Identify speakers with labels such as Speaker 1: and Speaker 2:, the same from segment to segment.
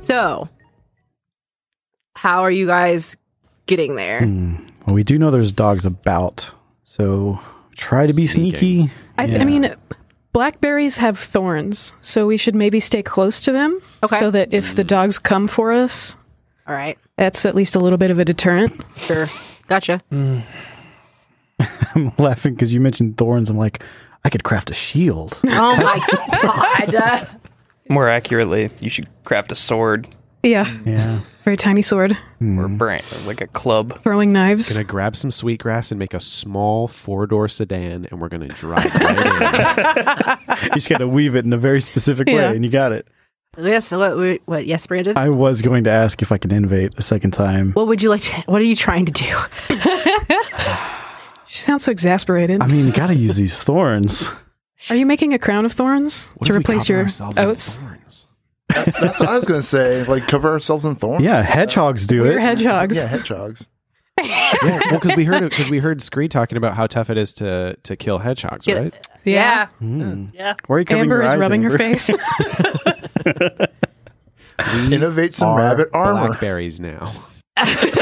Speaker 1: So, how are you guys getting there?
Speaker 2: Well, we do know there's dogs about, so try to be
Speaker 3: Sneaking.
Speaker 2: sneaky.
Speaker 4: I, th-
Speaker 2: Yeah.
Speaker 4: I mean, blackberries have thorns, so we should maybe stay close to them
Speaker 1: Okay.
Speaker 4: so that if
Speaker 5: Mm.
Speaker 4: the dogs come for us,
Speaker 1: All right.
Speaker 4: that's at least a little bit of a deterrent.
Speaker 1: Sure. Gotcha.
Speaker 2: I'm laughing because you mentioned thorns. I'm like, I could craft a shield.
Speaker 1: Oh my god.
Speaker 6: More accurately, you should craft a sword
Speaker 4: Yeah,
Speaker 2: yeah.
Speaker 4: very tiny sword,
Speaker 6: or
Speaker 2: Hmm.
Speaker 6: brand, like a club.
Speaker 4: throwing knives.
Speaker 5: Gonna grab some sweet grass and make a small four door sedan, and we're gonna drive. Right in.
Speaker 2: you just got to weave it in a very specific way,
Speaker 4: Yeah.
Speaker 2: and you got it.
Speaker 1: Yes. What? we- What? Yes, Brandon.
Speaker 2: I was going to ask if I could innovate a second time.
Speaker 1: what would you like? To, what are you trying to do?
Speaker 4: She sounds so exasperated.
Speaker 2: I mean, you got to use these thorns.
Speaker 4: Are you making a crown of thorns
Speaker 5: What
Speaker 4: to
Speaker 5: if we
Speaker 4: replace
Speaker 5: cover
Speaker 4: your
Speaker 5: ourselves in
Speaker 4: oats?
Speaker 5: thorns?
Speaker 7: That's, that's what I was going to say. Like, cover ourselves in thorns.
Speaker 2: Yeah, hedgehogs do
Speaker 4: We're
Speaker 2: it.
Speaker 4: hedgehogs.
Speaker 7: Yeah, hedgehogs.
Speaker 5: Yeah, well, because we heard because we heard Scree talking about how tough it is to to kill hedgehogs,
Speaker 1: Get it.
Speaker 5: right?
Speaker 1: Yeah.
Speaker 2: Mm.
Speaker 1: Yeah.
Speaker 2: Why are you covering
Speaker 4: Amber
Speaker 2: your
Speaker 4: is
Speaker 2: eyes,
Speaker 4: rubbing her
Speaker 2: Amber?
Speaker 4: face.
Speaker 5: We
Speaker 7: Innovate some
Speaker 5: are
Speaker 7: rabbit armor.
Speaker 5: Blackberries now.
Speaker 1: All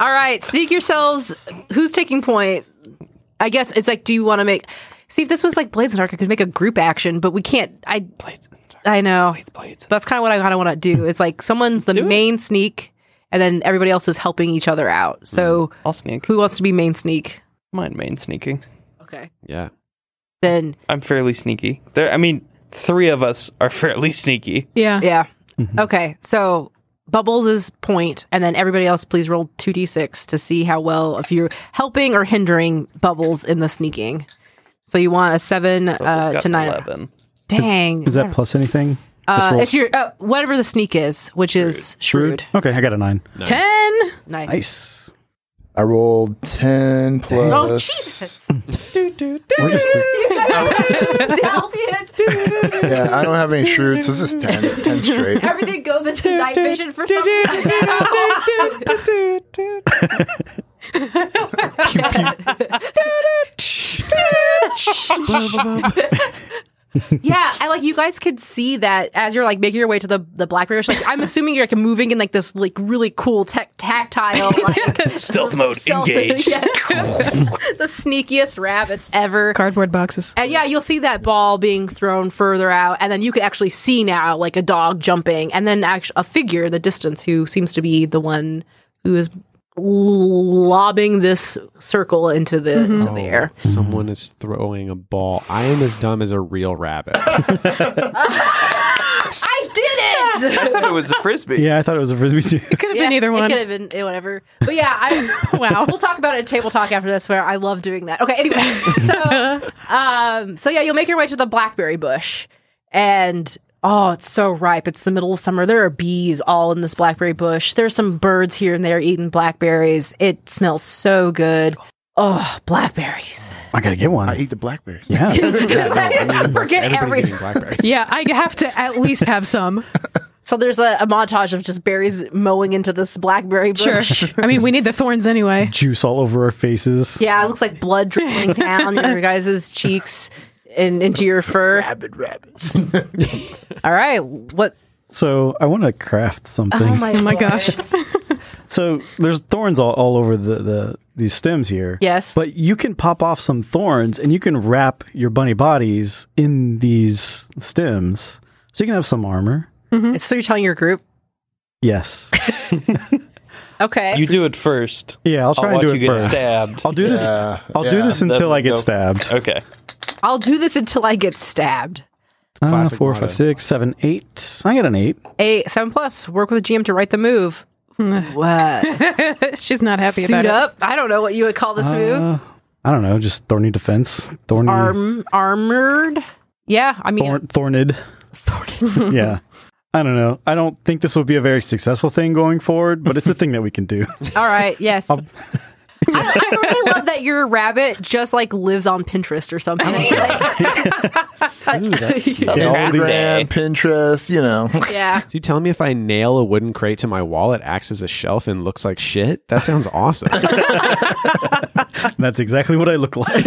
Speaker 1: right. Sneak yourselves. Who's taking point? I guess it's like. Do you want to make? See, if this was like Blades and Dark, I could make a group action, but we can't. I. Blades I know.
Speaker 6: Blades.
Speaker 1: That's kind of what I kind of want to do. It's like someone's the main sneak, and then everybody else is helping each other out. So
Speaker 6: I'll sneak.
Speaker 1: who wants to be main sneak?
Speaker 6: Mind main sneaking.
Speaker 1: Okay.
Speaker 5: Yeah,
Speaker 1: Then
Speaker 6: I'm fairly sneaky. There, I mean, three of us are fairly sneaky.
Speaker 4: yeah.
Speaker 1: yeah.
Speaker 2: Mm-hmm.
Speaker 1: Okay. So Bubbles is point, and then everybody else, please roll two d six to see how well if you're helping or hindering Bubbles in the sneaking. So you want a seven
Speaker 6: Bubbles
Speaker 1: uh,
Speaker 6: got
Speaker 1: to
Speaker 6: an
Speaker 1: nine.
Speaker 6: 11.
Speaker 1: Dang.
Speaker 2: Is that plus anything? Just
Speaker 1: uh,
Speaker 2: roll
Speaker 1: if you're uh, whatever the sneak is, which is shrewd.
Speaker 2: Okay, I got a nine.
Speaker 4: Ten.
Speaker 1: Nice.
Speaker 2: Nice.
Speaker 7: I rolled 10 plus.
Speaker 1: Oh Jesus!
Speaker 2: We're just
Speaker 1: Delphius.
Speaker 7: Yeah, I don't have any shrewd, so it's just 10. 10 straight.
Speaker 1: Everything goes into night vision for some reason. yeah, and like you guys could see that as you're like making your way to the the blackberry. Like I'm assuming you're like moving in like this like really cool tech tactile like
Speaker 6: Stealth mode
Speaker 1: stealth-
Speaker 6: engaged.
Speaker 1: Yeah. the sneakiest rabbits ever.
Speaker 4: Cardboard boxes.
Speaker 1: And yeah, you'll see that ball being thrown further out, and then you can actually see now like a dog jumping, and then act- a figure in the distance who seems to be the one who is lobbing this circle into the, into
Speaker 6: Oh.
Speaker 1: the air.
Speaker 5: someone is throwing a ball. I am as dumb as a real rabbit.
Speaker 1: I did
Speaker 6: I thought it was a frisbee.
Speaker 2: yeah. I thought it was a frisbee too.
Speaker 4: Could have
Speaker 1: Yeah,
Speaker 4: been either
Speaker 1: It
Speaker 4: one.
Speaker 1: could have been eh, whatever. But yeah, I
Speaker 4: Wow.
Speaker 1: We'll talk about it at table talk after this, where I love doing that. Okay, anyway, so um, so yeah, you'll make your way to the blackberry bush, and oh, it's so ripe. It's the middle of summer. There are bees all in this blackberry bush. There's some birds here and there eating blackberries. It smells so good. Oh, blackberries!
Speaker 2: I gotta get one.
Speaker 7: I eat the blackberries.
Speaker 2: yeah.
Speaker 1: Forget
Speaker 5: Everybody's
Speaker 1: everything.
Speaker 5: eating blackberries.
Speaker 4: Yeah, I have to at least have some.
Speaker 1: So there's a, a montage of just berries mowing into this blackberry
Speaker 4: Sure.
Speaker 1: bush.
Speaker 4: I mean, we need the thorns anyway.
Speaker 2: Juice all over our faces.
Speaker 1: Yeah, it looks like blood dripping down your guys' cheeks and into your fur.
Speaker 7: Rabbit, rabbits.
Speaker 1: All right, what?
Speaker 2: So I want to craft something.
Speaker 4: Oh my gosh.
Speaker 2: So there's thorns all, all over the, the these stems here.
Speaker 1: Yes.
Speaker 2: But you can pop off some thorns and you can wrap your bunny bodies in these stems. So you can have some armor.
Speaker 1: So you're telling your group?
Speaker 2: Yes.
Speaker 1: Okay.
Speaker 6: You do it first.
Speaker 2: Yeah, I'll
Speaker 6: I'll
Speaker 2: try
Speaker 6: watch
Speaker 2: and do
Speaker 6: you
Speaker 2: it
Speaker 6: get
Speaker 2: first.
Speaker 6: stabbed.
Speaker 2: I'll do this
Speaker 7: Yeah,
Speaker 2: I'll do
Speaker 7: yeah.
Speaker 2: this until I get
Speaker 6: Go.
Speaker 2: stabbed.
Speaker 6: Okay.
Speaker 1: I'll do this until I get stabbed.
Speaker 2: Uh,
Speaker 5: Classic
Speaker 2: four, five,
Speaker 5: motto.
Speaker 2: six, seven, eight. I got an eight.
Speaker 1: Eight, seven plus. Work with a GM to write the move. what?
Speaker 4: She's not happy
Speaker 1: Suit
Speaker 4: about
Speaker 1: up? I don't know what you would call this move.
Speaker 2: Uh, I don't know, just thorny defense. Thorny
Speaker 1: Arm armored. Yeah, I mean,
Speaker 2: thorn, thorned.
Speaker 1: thorned.
Speaker 2: yeah. I don't know. I don't think this would be a very successful thing going forward, but it's a thing that we can do.
Speaker 1: all right. Yes. I, I really love that your rabbit just like lives on Pinterest or something.
Speaker 5: Ooh, that's cute.
Speaker 2: Yeah, all these-
Speaker 7: Instagram, Pinterest, you know.
Speaker 1: yeah.
Speaker 5: So you telling me if I nail a wooden crate to my wall, it acts as a shelf and looks like shit? That sounds awesome.
Speaker 2: That's exactly what I look like.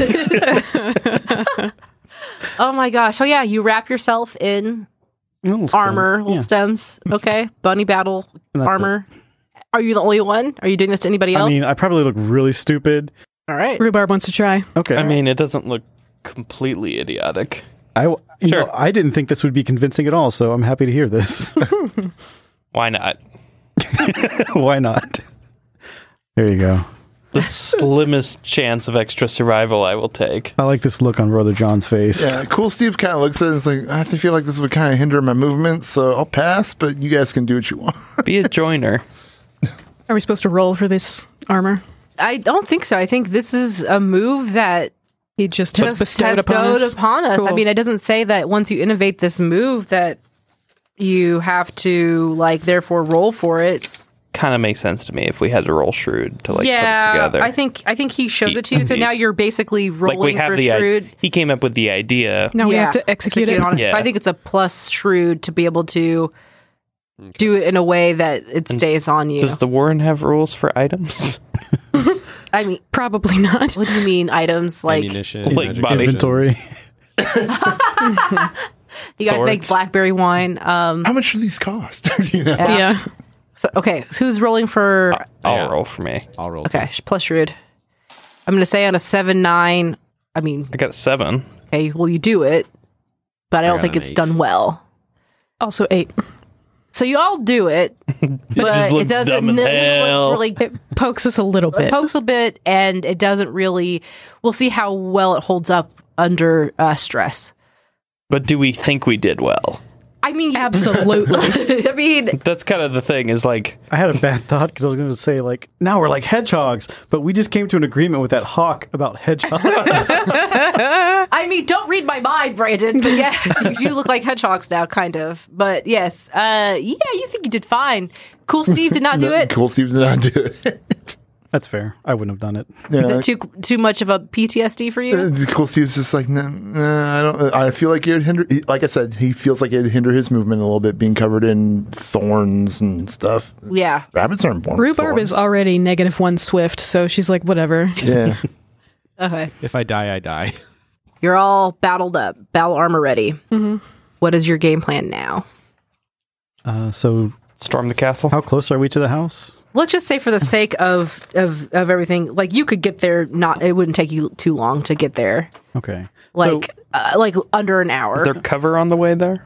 Speaker 1: Oh my gosh. Oh yeah, you wrap yourself in
Speaker 2: Little stems,
Speaker 1: armor, little
Speaker 2: yeah.
Speaker 1: stems. Okay, bunny battle
Speaker 2: And that's it.
Speaker 1: armor. Are you the only one? Are you doing this to anybody
Speaker 2: I
Speaker 1: else?
Speaker 2: mean, I probably look really stupid.
Speaker 1: All right.
Speaker 4: Rhubarb wants to try.
Speaker 2: Okay.
Speaker 6: I mean, it doesn't look completely idiotic.
Speaker 2: I, you
Speaker 6: Sure.
Speaker 2: know, I didn't think this would be convincing at all, so I'm happy to hear this.
Speaker 6: Why not?
Speaker 2: Why not? There you go.
Speaker 6: The slimmest chance of extra survival I will take.
Speaker 2: I like this look on Brother John's face.
Speaker 7: Yeah, Cool Steve kind of looks at it and is like, I feel like this would kind of hinder my movement, so I'll pass, but you guys can do what you want.
Speaker 6: Be a joiner.
Speaker 4: Are we supposed to roll for this armor?
Speaker 1: I don't think so. I think this is a move that
Speaker 4: He just has
Speaker 1: was
Speaker 4: bestowed upon
Speaker 1: bestowed
Speaker 4: us.
Speaker 1: upon us. I
Speaker 4: Cool.
Speaker 1: mean, it doesn't say that once you innovate this move that you have to like therefore roll for it.
Speaker 6: Kind of makes sense to me if we had to roll shrewd to like put it together.
Speaker 1: I think I think he shows
Speaker 6: Ye-
Speaker 1: it to you. So now
Speaker 6: yes.
Speaker 1: you're basically
Speaker 6: like
Speaker 1: rolling
Speaker 6: we have
Speaker 1: for
Speaker 6: the
Speaker 1: shrewd.
Speaker 6: idea. He came up with the idea.
Speaker 4: now we
Speaker 1: Yeah,
Speaker 4: have to execute, it.
Speaker 1: on
Speaker 6: Yeah.
Speaker 1: So I think it's a plus shrewd to be able to do it in a way that it stays on you.
Speaker 6: Does the Warren have rules for items?
Speaker 1: I mean,
Speaker 4: Probably not.
Speaker 1: what do you mean items like
Speaker 5: ammunition,
Speaker 6: like
Speaker 5: magic
Speaker 6: body-
Speaker 2: Inventory.
Speaker 1: you guys make
Speaker 6: swords?
Speaker 1: blackberry wine? Um,
Speaker 7: How much do these cost? you know?
Speaker 1: yeah.
Speaker 4: Yeah.
Speaker 1: So okay, who's rolling for?
Speaker 6: I'll
Speaker 5: Yeah.
Speaker 6: roll for me.
Speaker 5: I'll roll.
Speaker 1: Okay, sh- plus shrewd. I'm gonna say on a seven nine. I mean,
Speaker 6: I got seven.
Speaker 1: okay, well you do it, but I don't
Speaker 5: got
Speaker 1: think
Speaker 5: an
Speaker 1: it's
Speaker 5: eight.
Speaker 1: done well.
Speaker 4: Also eight.
Speaker 1: So you all do it, but it,
Speaker 6: looked
Speaker 1: doesn't
Speaker 6: dumb as
Speaker 1: it doesn't
Speaker 6: hell.
Speaker 1: look really
Speaker 4: It pokes us a little bit.
Speaker 1: pokes a bit and it doesn't really we'll see how well it holds up under uh, stress
Speaker 6: But do we think we did well?
Speaker 1: i mean
Speaker 4: Absolutely.
Speaker 1: i mean
Speaker 6: That's kind of the thing. Is like
Speaker 2: I had a bad thought because I was going to say, like, now we're like hedgehogs, but we just came to an agreement with that hawk about hedgehogs.
Speaker 1: i mean don't read my mind brandon but yes you do look like hedgehogs now kind of but yes uh yeah you think you did fine cool steve did not do it
Speaker 7: Cool Steve did not do it.
Speaker 2: That's fair. I wouldn't have done it.
Speaker 7: Yeah.
Speaker 1: too too much of a ptsd for you
Speaker 7: Cool Steve's just like, no, nah, I don't. I feel like it'd hinder. he- Like I said, he feels like it'd hinder his movement a little bit, being covered in thorns and stuff.
Speaker 1: yeah
Speaker 7: Rabbits aren't born. with
Speaker 4: Rhubarb is
Speaker 7: thorns.
Speaker 4: already negative one swift, so she's like, whatever.
Speaker 7: Yeah.
Speaker 1: okay
Speaker 5: If I die, I die.
Speaker 1: you're all battled up battle armor ready What is your game plan now
Speaker 2: Uh, so,
Speaker 6: storm the castle.
Speaker 2: how close are we to the house?
Speaker 1: let's just say for the sake of of of everything like you could get there not it wouldn't take you too long to get there
Speaker 2: Okay.
Speaker 1: like uh, like under an hour
Speaker 6: Is there cover on the way there,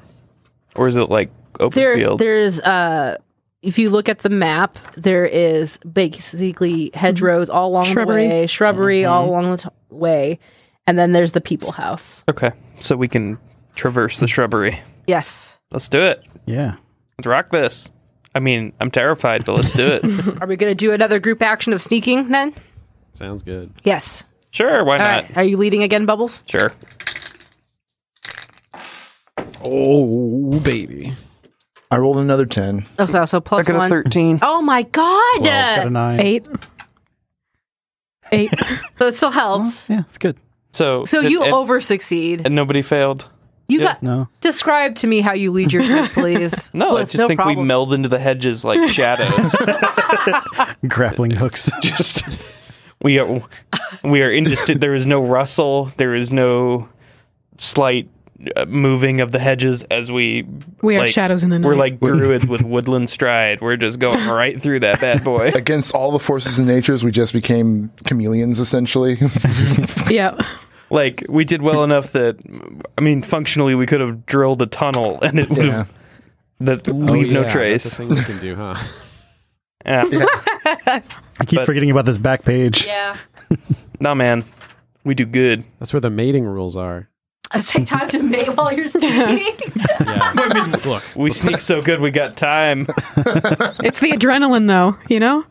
Speaker 6: or is it like open
Speaker 1: there's
Speaker 6: fields?
Speaker 1: there's uh if you look at the map there is basically hedgerows all along
Speaker 4: Shrubbery.
Speaker 1: the way shrubbery all along the t- way and then there's the people house
Speaker 6: okay, so we can traverse the shrubbery.
Speaker 1: yes
Speaker 6: Let's do it.
Speaker 2: Yeah.
Speaker 6: Let's rock this. I mean, I'm terrified, but let's do it.
Speaker 1: are we gonna do another group action of sneaking then
Speaker 5: Sounds good.
Speaker 1: yes
Speaker 6: sure, why
Speaker 1: all
Speaker 6: not?
Speaker 1: right are you leading again bubbles
Speaker 6: Sure.
Speaker 5: Oh baby.
Speaker 7: I rolled another ten.
Speaker 1: oh so, so plus one
Speaker 6: thirteen.
Speaker 1: oh my god
Speaker 2: Got a nine.
Speaker 4: Eight. Eight.
Speaker 1: so it still helps
Speaker 2: Yeah, it's good.
Speaker 6: So,
Speaker 1: so
Speaker 6: did-
Speaker 1: you
Speaker 6: and,
Speaker 1: over succeed
Speaker 6: and nobody failed.
Speaker 1: You
Speaker 6: Yeah.
Speaker 1: got
Speaker 2: No.
Speaker 1: describe to me how you lead your group, please.
Speaker 6: No, I
Speaker 1: With
Speaker 6: just think we meld into the hedges like shadows.
Speaker 2: Grappling hooks.
Speaker 6: just we are we are interested. There is no rustle. There is no slight uh, moving of the hedges as we
Speaker 4: We are shadows in the
Speaker 6: We're
Speaker 4: night.
Speaker 6: like druids with woodland stride. We're just going right through that bad boy.
Speaker 7: Against all the forces of nature's, we just became chameleons essentially.
Speaker 4: yeah.
Speaker 6: Like we did well enough that I mean, functionally, we could have drilled a tunnel and it would
Speaker 7: yeah.
Speaker 6: have that
Speaker 5: Oh,
Speaker 6: leave
Speaker 5: yeah,
Speaker 6: no trace.
Speaker 5: That's a thing you can do, huh?
Speaker 6: Yeah.
Speaker 2: I keep
Speaker 6: But-
Speaker 2: forgetting about this back page.
Speaker 1: Yeah.
Speaker 6: Nah, man, we do good.
Speaker 5: That's where the mating rules are.
Speaker 1: Take time to mate while you're speaking.
Speaker 5: Yeah. Look,
Speaker 6: We sneak so good, we got time.
Speaker 4: It's the adrenaline, though, you know?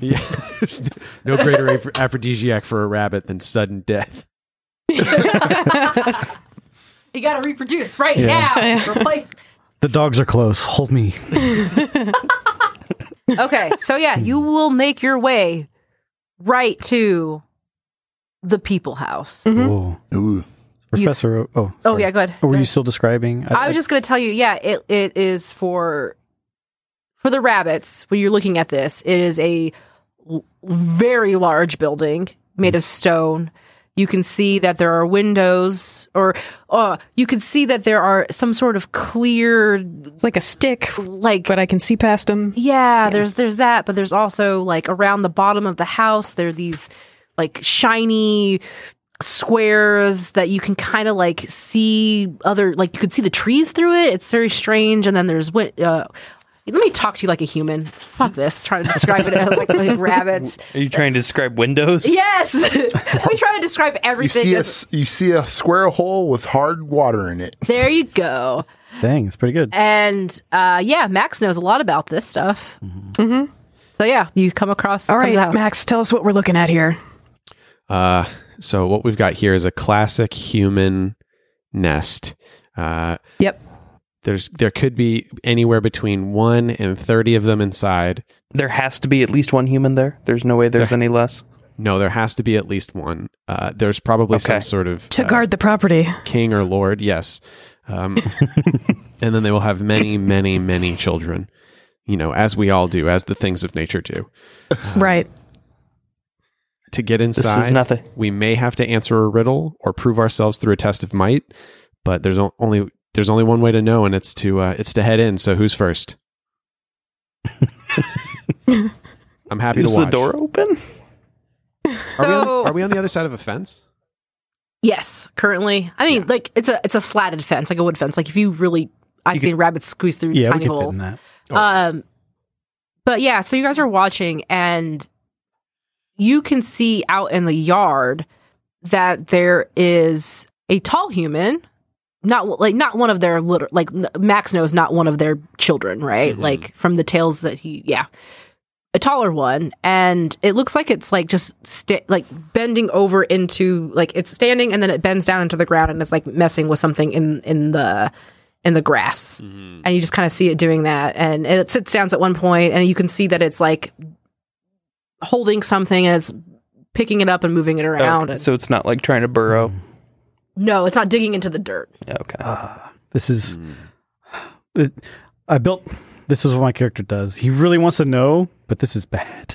Speaker 5: yeah, there's no greater aph- aphrodisiac for a rabbit than sudden death.
Speaker 1: you got to reproduce right now. Replace.
Speaker 2: The dogs are close. Hold me.
Speaker 1: Hmm? Okay, so yeah, you will make your way right to the people house.
Speaker 2: Oh.
Speaker 7: Ooh.
Speaker 2: Professor. O- oh.
Speaker 1: Oh
Speaker 2: sorry.
Speaker 1: yeah, go ahead.
Speaker 2: Oh, were
Speaker 1: Go
Speaker 2: you
Speaker 1: ahead.
Speaker 2: still describing?
Speaker 1: I was just going to tell you, yeah, it it is for for the rabbits. When you're looking at this, it is a l- very large building made of stone. You can see that there are windows, or uh, you can see that there are some sort of clear,
Speaker 4: It's like a stick,
Speaker 1: like
Speaker 4: but I can see past them.
Speaker 1: yeah, there's there's that, but there's also like around the bottom of the house there are these like shiny squares that you can kind of like see other like you could see the trees through it. It's very strange. And then there's what uh, let me talk to you like a human. Fuck this. Trying to describe it as, like, like rabbits.
Speaker 6: Are you trying to describe windows?
Speaker 1: Yes, we try to describe
Speaker 7: You
Speaker 1: everything.
Speaker 7: see a
Speaker 1: as-
Speaker 7: s- you see a square hole with hard water in it.
Speaker 1: there you go.
Speaker 2: Dang, it's pretty good.
Speaker 1: And uh, yeah, Max knows a lot about this stuff. Mm-hmm. So yeah, you come across.
Speaker 4: All
Speaker 1: come to
Speaker 4: right,
Speaker 1: the house.
Speaker 4: Max, tell us what we're looking at here.
Speaker 5: Uh, so what we've got here is a classic human nest. Uh,
Speaker 4: Yep.
Speaker 5: there's there could be anywhere between one and thirty of them inside.
Speaker 6: There has to be at least one human there. There's no way there's any less.
Speaker 5: No, there has to be at least one. Uh, there's probably some
Speaker 6: Okay.
Speaker 5: sort of
Speaker 4: To
Speaker 5: uh,
Speaker 4: guard the property.
Speaker 5: king or lord. Yes, um, and then they will have many, many, many children. You know, as we all do, as the things of nature do.
Speaker 4: Right.
Speaker 5: To get
Speaker 6: This
Speaker 5: inside,
Speaker 6: is nothing.
Speaker 5: we may have to answer a riddle or prove ourselves through a test of might. But there's o- only there's only one way to know, and it's to uh, it's to head in. So who's first? I'm happy
Speaker 6: Is
Speaker 5: to
Speaker 6: the
Speaker 5: watch.
Speaker 6: door open?
Speaker 5: Are, we on the,
Speaker 1: So-
Speaker 5: are we on the other side of a fence?
Speaker 1: Yes, currently. I mean, like it's a it's a slatted fence, like a wood fence. Like if you really, I've seen rabbits squeeze through
Speaker 2: yeah, we
Speaker 1: tiny
Speaker 2: could fit in
Speaker 1: holes.
Speaker 2: that. Oh.
Speaker 1: Um, but yeah, so you guys are watching, and you can see out in the yard that there is a tall human, not like not one of their little like n- Max knows not one of their children, right? Like from the tales that he, yeah, a taller one, and it looks like it's like just sta- like bending over into like it's standing, and then it bends down into the ground, and it's like messing with something in in the in the grass and you just kind of see it doing that and it sits down at one point and you can see that it's like holding something and it's picking it up and moving it around
Speaker 6: Okay,
Speaker 1: and-
Speaker 6: So it's not like trying to burrow.
Speaker 5: Mm.
Speaker 1: no it's not digging into the dirt
Speaker 6: Okay.
Speaker 2: This is. It, I built. This is what my character does. He really wants to know, but this is bad.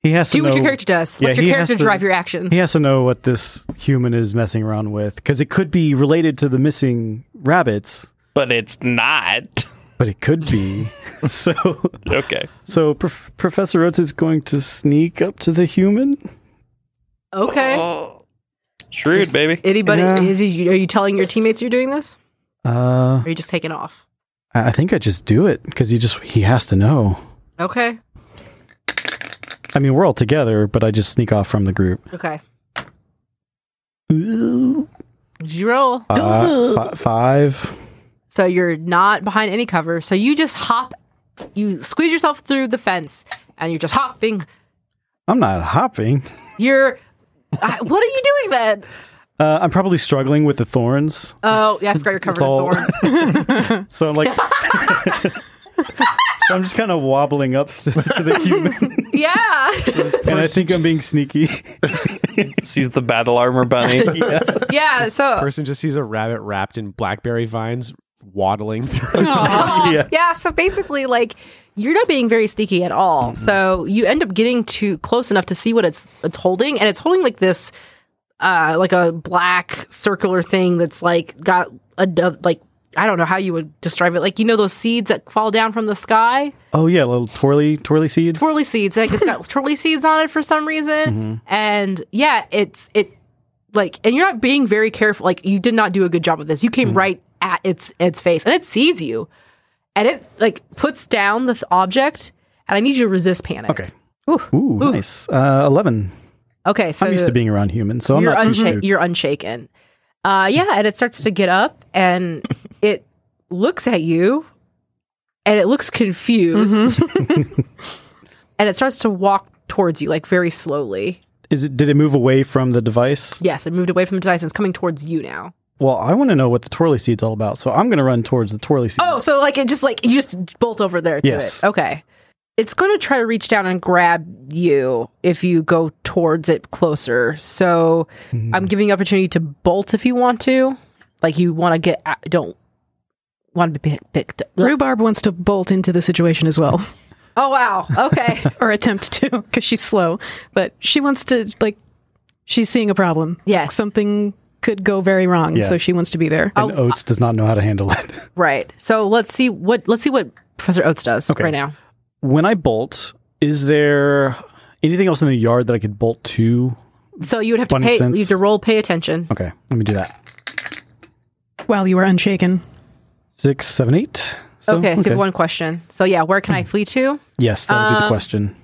Speaker 2: He has to
Speaker 1: do what your
Speaker 2: know-
Speaker 1: character does let
Speaker 2: Yeah,
Speaker 1: your
Speaker 2: he
Speaker 1: character
Speaker 2: has to-
Speaker 1: drive your actions
Speaker 2: He has to know what this human is messing around with because it could be related to the missing rabbits,
Speaker 6: But it's not.
Speaker 2: but it could be. so,
Speaker 6: Okay.
Speaker 2: so prof- Professor Oates is going to sneak up to the human.
Speaker 1: okay
Speaker 6: Oh. Shrewd, baby.
Speaker 1: anybody
Speaker 2: Yeah.
Speaker 1: is he, are you telling your teammates you're doing this
Speaker 2: Uh,
Speaker 1: or are you just taking off
Speaker 2: I I think I just do it because he just he has to know.
Speaker 1: okay
Speaker 2: I mean, we're all together, but I just sneak off from the group.
Speaker 1: okay Did you roll
Speaker 2: Uh, fi- five.
Speaker 1: So you're not behind any cover. So you just hop, you squeeze yourself through the fence, and you're just hopping.
Speaker 2: I'm not hopping.
Speaker 1: You're. I, what are you doing then?
Speaker 2: Uh, I'm probably struggling with the thorns,
Speaker 1: Oh, yeah, I forgot you're covered in
Speaker 2: all-
Speaker 1: thorns.
Speaker 2: so I'm like, so I'm just kind of wobbling up to the human,
Speaker 1: yeah.
Speaker 2: and I think I'm being sneaky.
Speaker 6: Sees the battle armor bunny.
Speaker 1: Yeah. So,
Speaker 5: Person just sees a rabbit wrapped in blackberry vines waddling through.
Speaker 2: yeah.
Speaker 1: yeah. So basically, like, you're not being very sneaky at all. So you end up getting to close enough to see what it's it's holding, and it's holding like this, uh, like a black circular thing that's like got a do- like I don't know how you would describe it. Like you know those seeds that fall down from the sky.
Speaker 2: Oh yeah, little twirly twirly seeds.
Speaker 1: twirly seeds. Like it's got twirly seeds on it for some reason.
Speaker 2: Mm-hmm.
Speaker 1: And yeah, it's it like and you're not being very careful. Like you did not do a good job with this. You came
Speaker 2: Mm-hmm.
Speaker 1: right at its its face and it sees you. And it like puts down the th- object and I need you to resist panic.
Speaker 2: Okay. Ooh, nice. Uh, Eleven.
Speaker 1: Okay, so
Speaker 2: I'm used to being around humans, so I'm
Speaker 1: you're
Speaker 2: not too
Speaker 1: unsha-
Speaker 2: spooked.
Speaker 1: you're unshaken. Uh yeah, and it starts to get up and it looks at you and it looks confused.
Speaker 2: Mm-hmm.
Speaker 1: and it starts to walk towards you like very slowly.
Speaker 2: Is it? Did it move away from the device?
Speaker 1: Yes, it moved away from the device and it's coming towards you now.
Speaker 2: Well, I want to know what the twirly seed's all about, so I'm going to run towards the twirly seed.
Speaker 1: Oh, so like it just like you just bolt over there to
Speaker 2: Yes.
Speaker 1: it. Okay. It's going to try to reach down and grab you if you go towards it closer. So
Speaker 2: Mm-hmm.
Speaker 1: I'm giving you opportunity to bolt if you want to. Like you want to get out, don't want to be pick- picked up.
Speaker 4: Rhubarb wants to bolt into the situation as well,
Speaker 1: Oh wow. Okay.
Speaker 4: or attempt to, because she's slow. But she wants to like She's seeing a problem.
Speaker 1: Yes.
Speaker 4: Something could go very wrong,
Speaker 2: Yeah.
Speaker 4: so she wants to be there.
Speaker 2: And Oates does not know how to handle it.
Speaker 1: Right. So let's see what let's see what Professor Oates does right now.
Speaker 2: when I bolt, is there anything else in the yard that I could bolt to?
Speaker 1: So you would have to
Speaker 2: Bunny
Speaker 1: pay
Speaker 2: sense.
Speaker 1: you have to roll pay attention.
Speaker 2: Okay, let me do that.
Speaker 4: While you are unshaken.
Speaker 2: Six, seven, eight. So,
Speaker 1: okay, so you have one Um, question. So yeah, where can I flee to?
Speaker 2: Yes, that would be the question.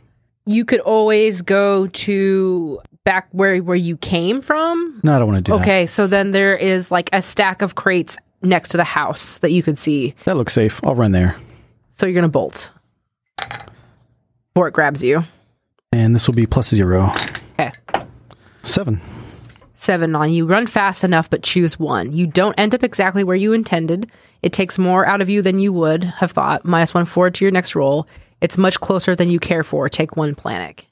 Speaker 1: You could always go to back where where you came from.
Speaker 2: No, I don't want to do
Speaker 1: Okay, so then there is like a stack of crates next to the house that you could see.
Speaker 2: that. That looks safe. I'll run there.
Speaker 1: So you're gonna bolt. Before it grabs you.
Speaker 2: And this will be plus zero.
Speaker 1: Okay.
Speaker 2: Seven.
Speaker 1: Seven on you. Run fast enough, but choose one. You don't end up exactly where you intended. It takes more out of you than you would have thought. Minus one forward to your next roll. It's much closer than you care for. Take one planet.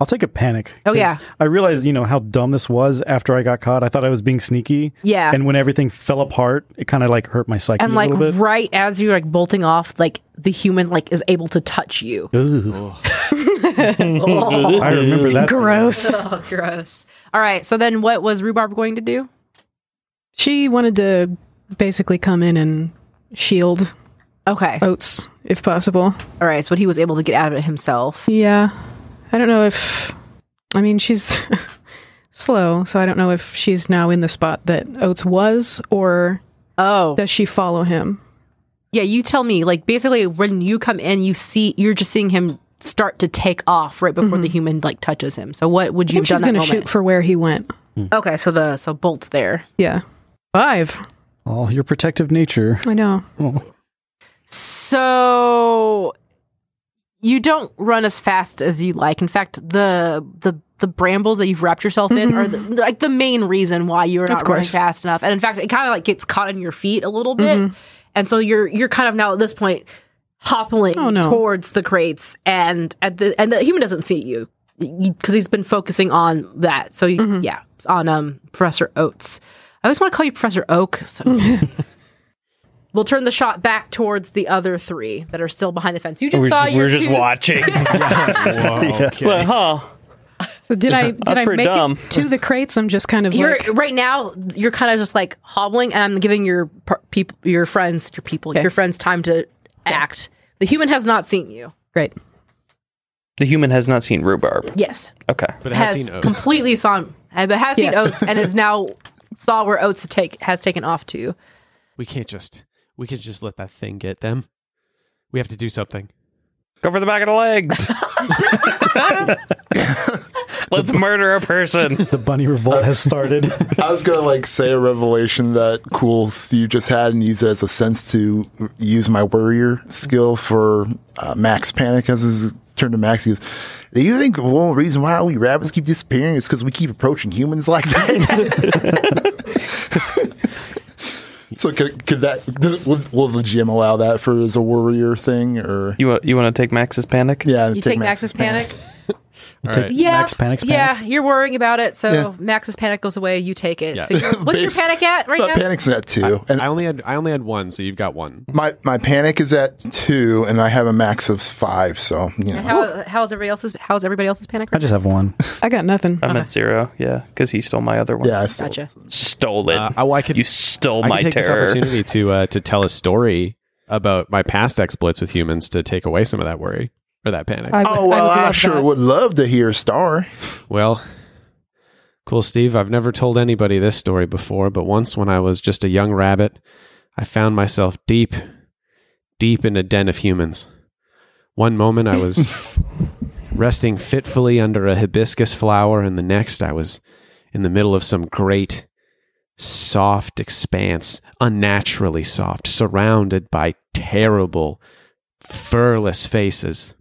Speaker 2: I'll take a panic.
Speaker 1: Oh,
Speaker 2: 'cause
Speaker 1: yeah.
Speaker 2: I realized, you know, how dumb this was after I got caught. I thought I was being sneaky.
Speaker 1: Yeah.
Speaker 2: And when everything fell apart, it kind of like hurt my psyche
Speaker 1: and
Speaker 2: a
Speaker 1: like
Speaker 2: little bit.
Speaker 1: right as you're like bolting off, like the human like is able to touch you.
Speaker 2: Ugh. I remember that.
Speaker 4: Gross.
Speaker 1: Oh, gross. All right. So then, what was Rhubarb going to do?
Speaker 4: She wanted to basically come in and shield
Speaker 1: Okay.
Speaker 4: Oates if possible.
Speaker 1: All right. It's what he was able to get out of it himself.
Speaker 4: Yeah. I don't know if I mean she's slow, so I don't know if she's now in the spot that Oates was or
Speaker 1: Oh,
Speaker 4: does she follow him?
Speaker 1: yeah. You tell me. Like basically, when you come in, you see you're just seeing him start to take off right before the human like touches him. So what would
Speaker 4: I
Speaker 1: you
Speaker 4: think
Speaker 1: have
Speaker 4: she's
Speaker 1: done that
Speaker 4: going to
Speaker 1: moment?
Speaker 4: shoot for where he went.
Speaker 1: okay. So the so bolt there.
Speaker 4: Yeah. Five.
Speaker 2: Oh, your protective nature.
Speaker 4: I know.
Speaker 1: So you don't run as fast as you like. In fact, the the the brambles that you've wrapped yourself in are the, like the main reason why you're not running
Speaker 4: Mm-hmm. course.
Speaker 1: fast enough. And in fact, it kind of like gets caught in your feet a little bit,
Speaker 4: Mm-hmm.
Speaker 1: and so you're you're kind of now at this point hoppling
Speaker 4: Oh, no.
Speaker 1: towards the crates, and at the and the human doesn't see you because he's been focusing on that. So you,
Speaker 4: Mm-hmm.
Speaker 1: yeah, it's on um Professor Oates. I always want to call you Professor Oak. So we'll turn the shot back towards the other three that are still behind the fence. You just
Speaker 6: We're
Speaker 1: saw
Speaker 6: just,
Speaker 1: your
Speaker 6: we're just
Speaker 1: two-
Speaker 6: watching.
Speaker 5: okay.
Speaker 6: Well, huh?
Speaker 4: Did I did I
Speaker 6: pretty
Speaker 4: make
Speaker 6: dumb.
Speaker 4: it to the crates? I'm just kind of
Speaker 1: You're
Speaker 4: like
Speaker 1: right now. You're kind of just like hobbling, and I'm giving your par- people, your friends, your people, your friends time to act. The human has not seen you.
Speaker 4: great.
Speaker 6: The human has not seen rhubarb.
Speaker 1: Yes,
Speaker 6: Okay.
Speaker 5: But it has,
Speaker 1: has
Speaker 5: seen Oates.
Speaker 1: completely saw, Uh, but has seen
Speaker 4: Yes.
Speaker 1: Oates and is now saw where Oates take has taken off to.
Speaker 5: we can't just we can just let that thing get them. We have to do something.
Speaker 6: Go for the back of the legs. Let's murder a person.
Speaker 2: The bunny revolt has started.
Speaker 7: I was gonna like say a revelation that cool Steve just had and use it as a sense to use my warrior skill for uh, max panic as his turn to max. He goes, "Do you think the one reason why we rabbits keep disappearing is because we keep approaching humans like that?" so could, could that does- will, will the gym allow that for as a warrior thing or?
Speaker 6: You want you want to take Max's panic?
Speaker 7: Yeah,
Speaker 1: You take, Max's panic.
Speaker 5: All right.
Speaker 1: Yeah,
Speaker 2: Max panics
Speaker 1: Yeah, you're worrying about it, so
Speaker 7: Yeah.
Speaker 1: Max's panic goes away. You take it.
Speaker 5: Yeah.
Speaker 1: So you're, what's your
Speaker 7: Based-
Speaker 1: panic at right
Speaker 7: But
Speaker 1: now?
Speaker 7: Uh, panic's at two, and
Speaker 5: I only had I only had one, so you've got one.
Speaker 7: my my panic is at two, and I have a max of five. So you know.
Speaker 1: How, how's everybody else's? How's everybody else's panic?
Speaker 2: I just have one.
Speaker 4: I got nothing.
Speaker 6: I'm
Speaker 1: Uh-huh.
Speaker 6: at zero. Yeah, because he stole my other one.
Speaker 7: Yeah, I still-
Speaker 1: Gotcha.
Speaker 6: stole it.
Speaker 5: Uh, oh, I could
Speaker 6: you stole
Speaker 5: I
Speaker 6: my
Speaker 5: could take
Speaker 6: terror.
Speaker 5: this opportunity to uh, to tell a story about my past exploits with humans to take away some of that worry or that panic.
Speaker 4: I would-
Speaker 7: Oh well,
Speaker 4: would
Speaker 7: I,
Speaker 4: love
Speaker 7: sure
Speaker 4: that.
Speaker 7: would love to hear Star.
Speaker 5: Well, cool, Steve. I've never told anybody this story before, but once when I was just a young rabbit, I found myself deep, deep in a den of humans. One moment I was resting fitfully under a hibiscus flower, and the next I was in the middle of some great, soft expanse, unnaturally soft, surrounded by terrible, furless faces.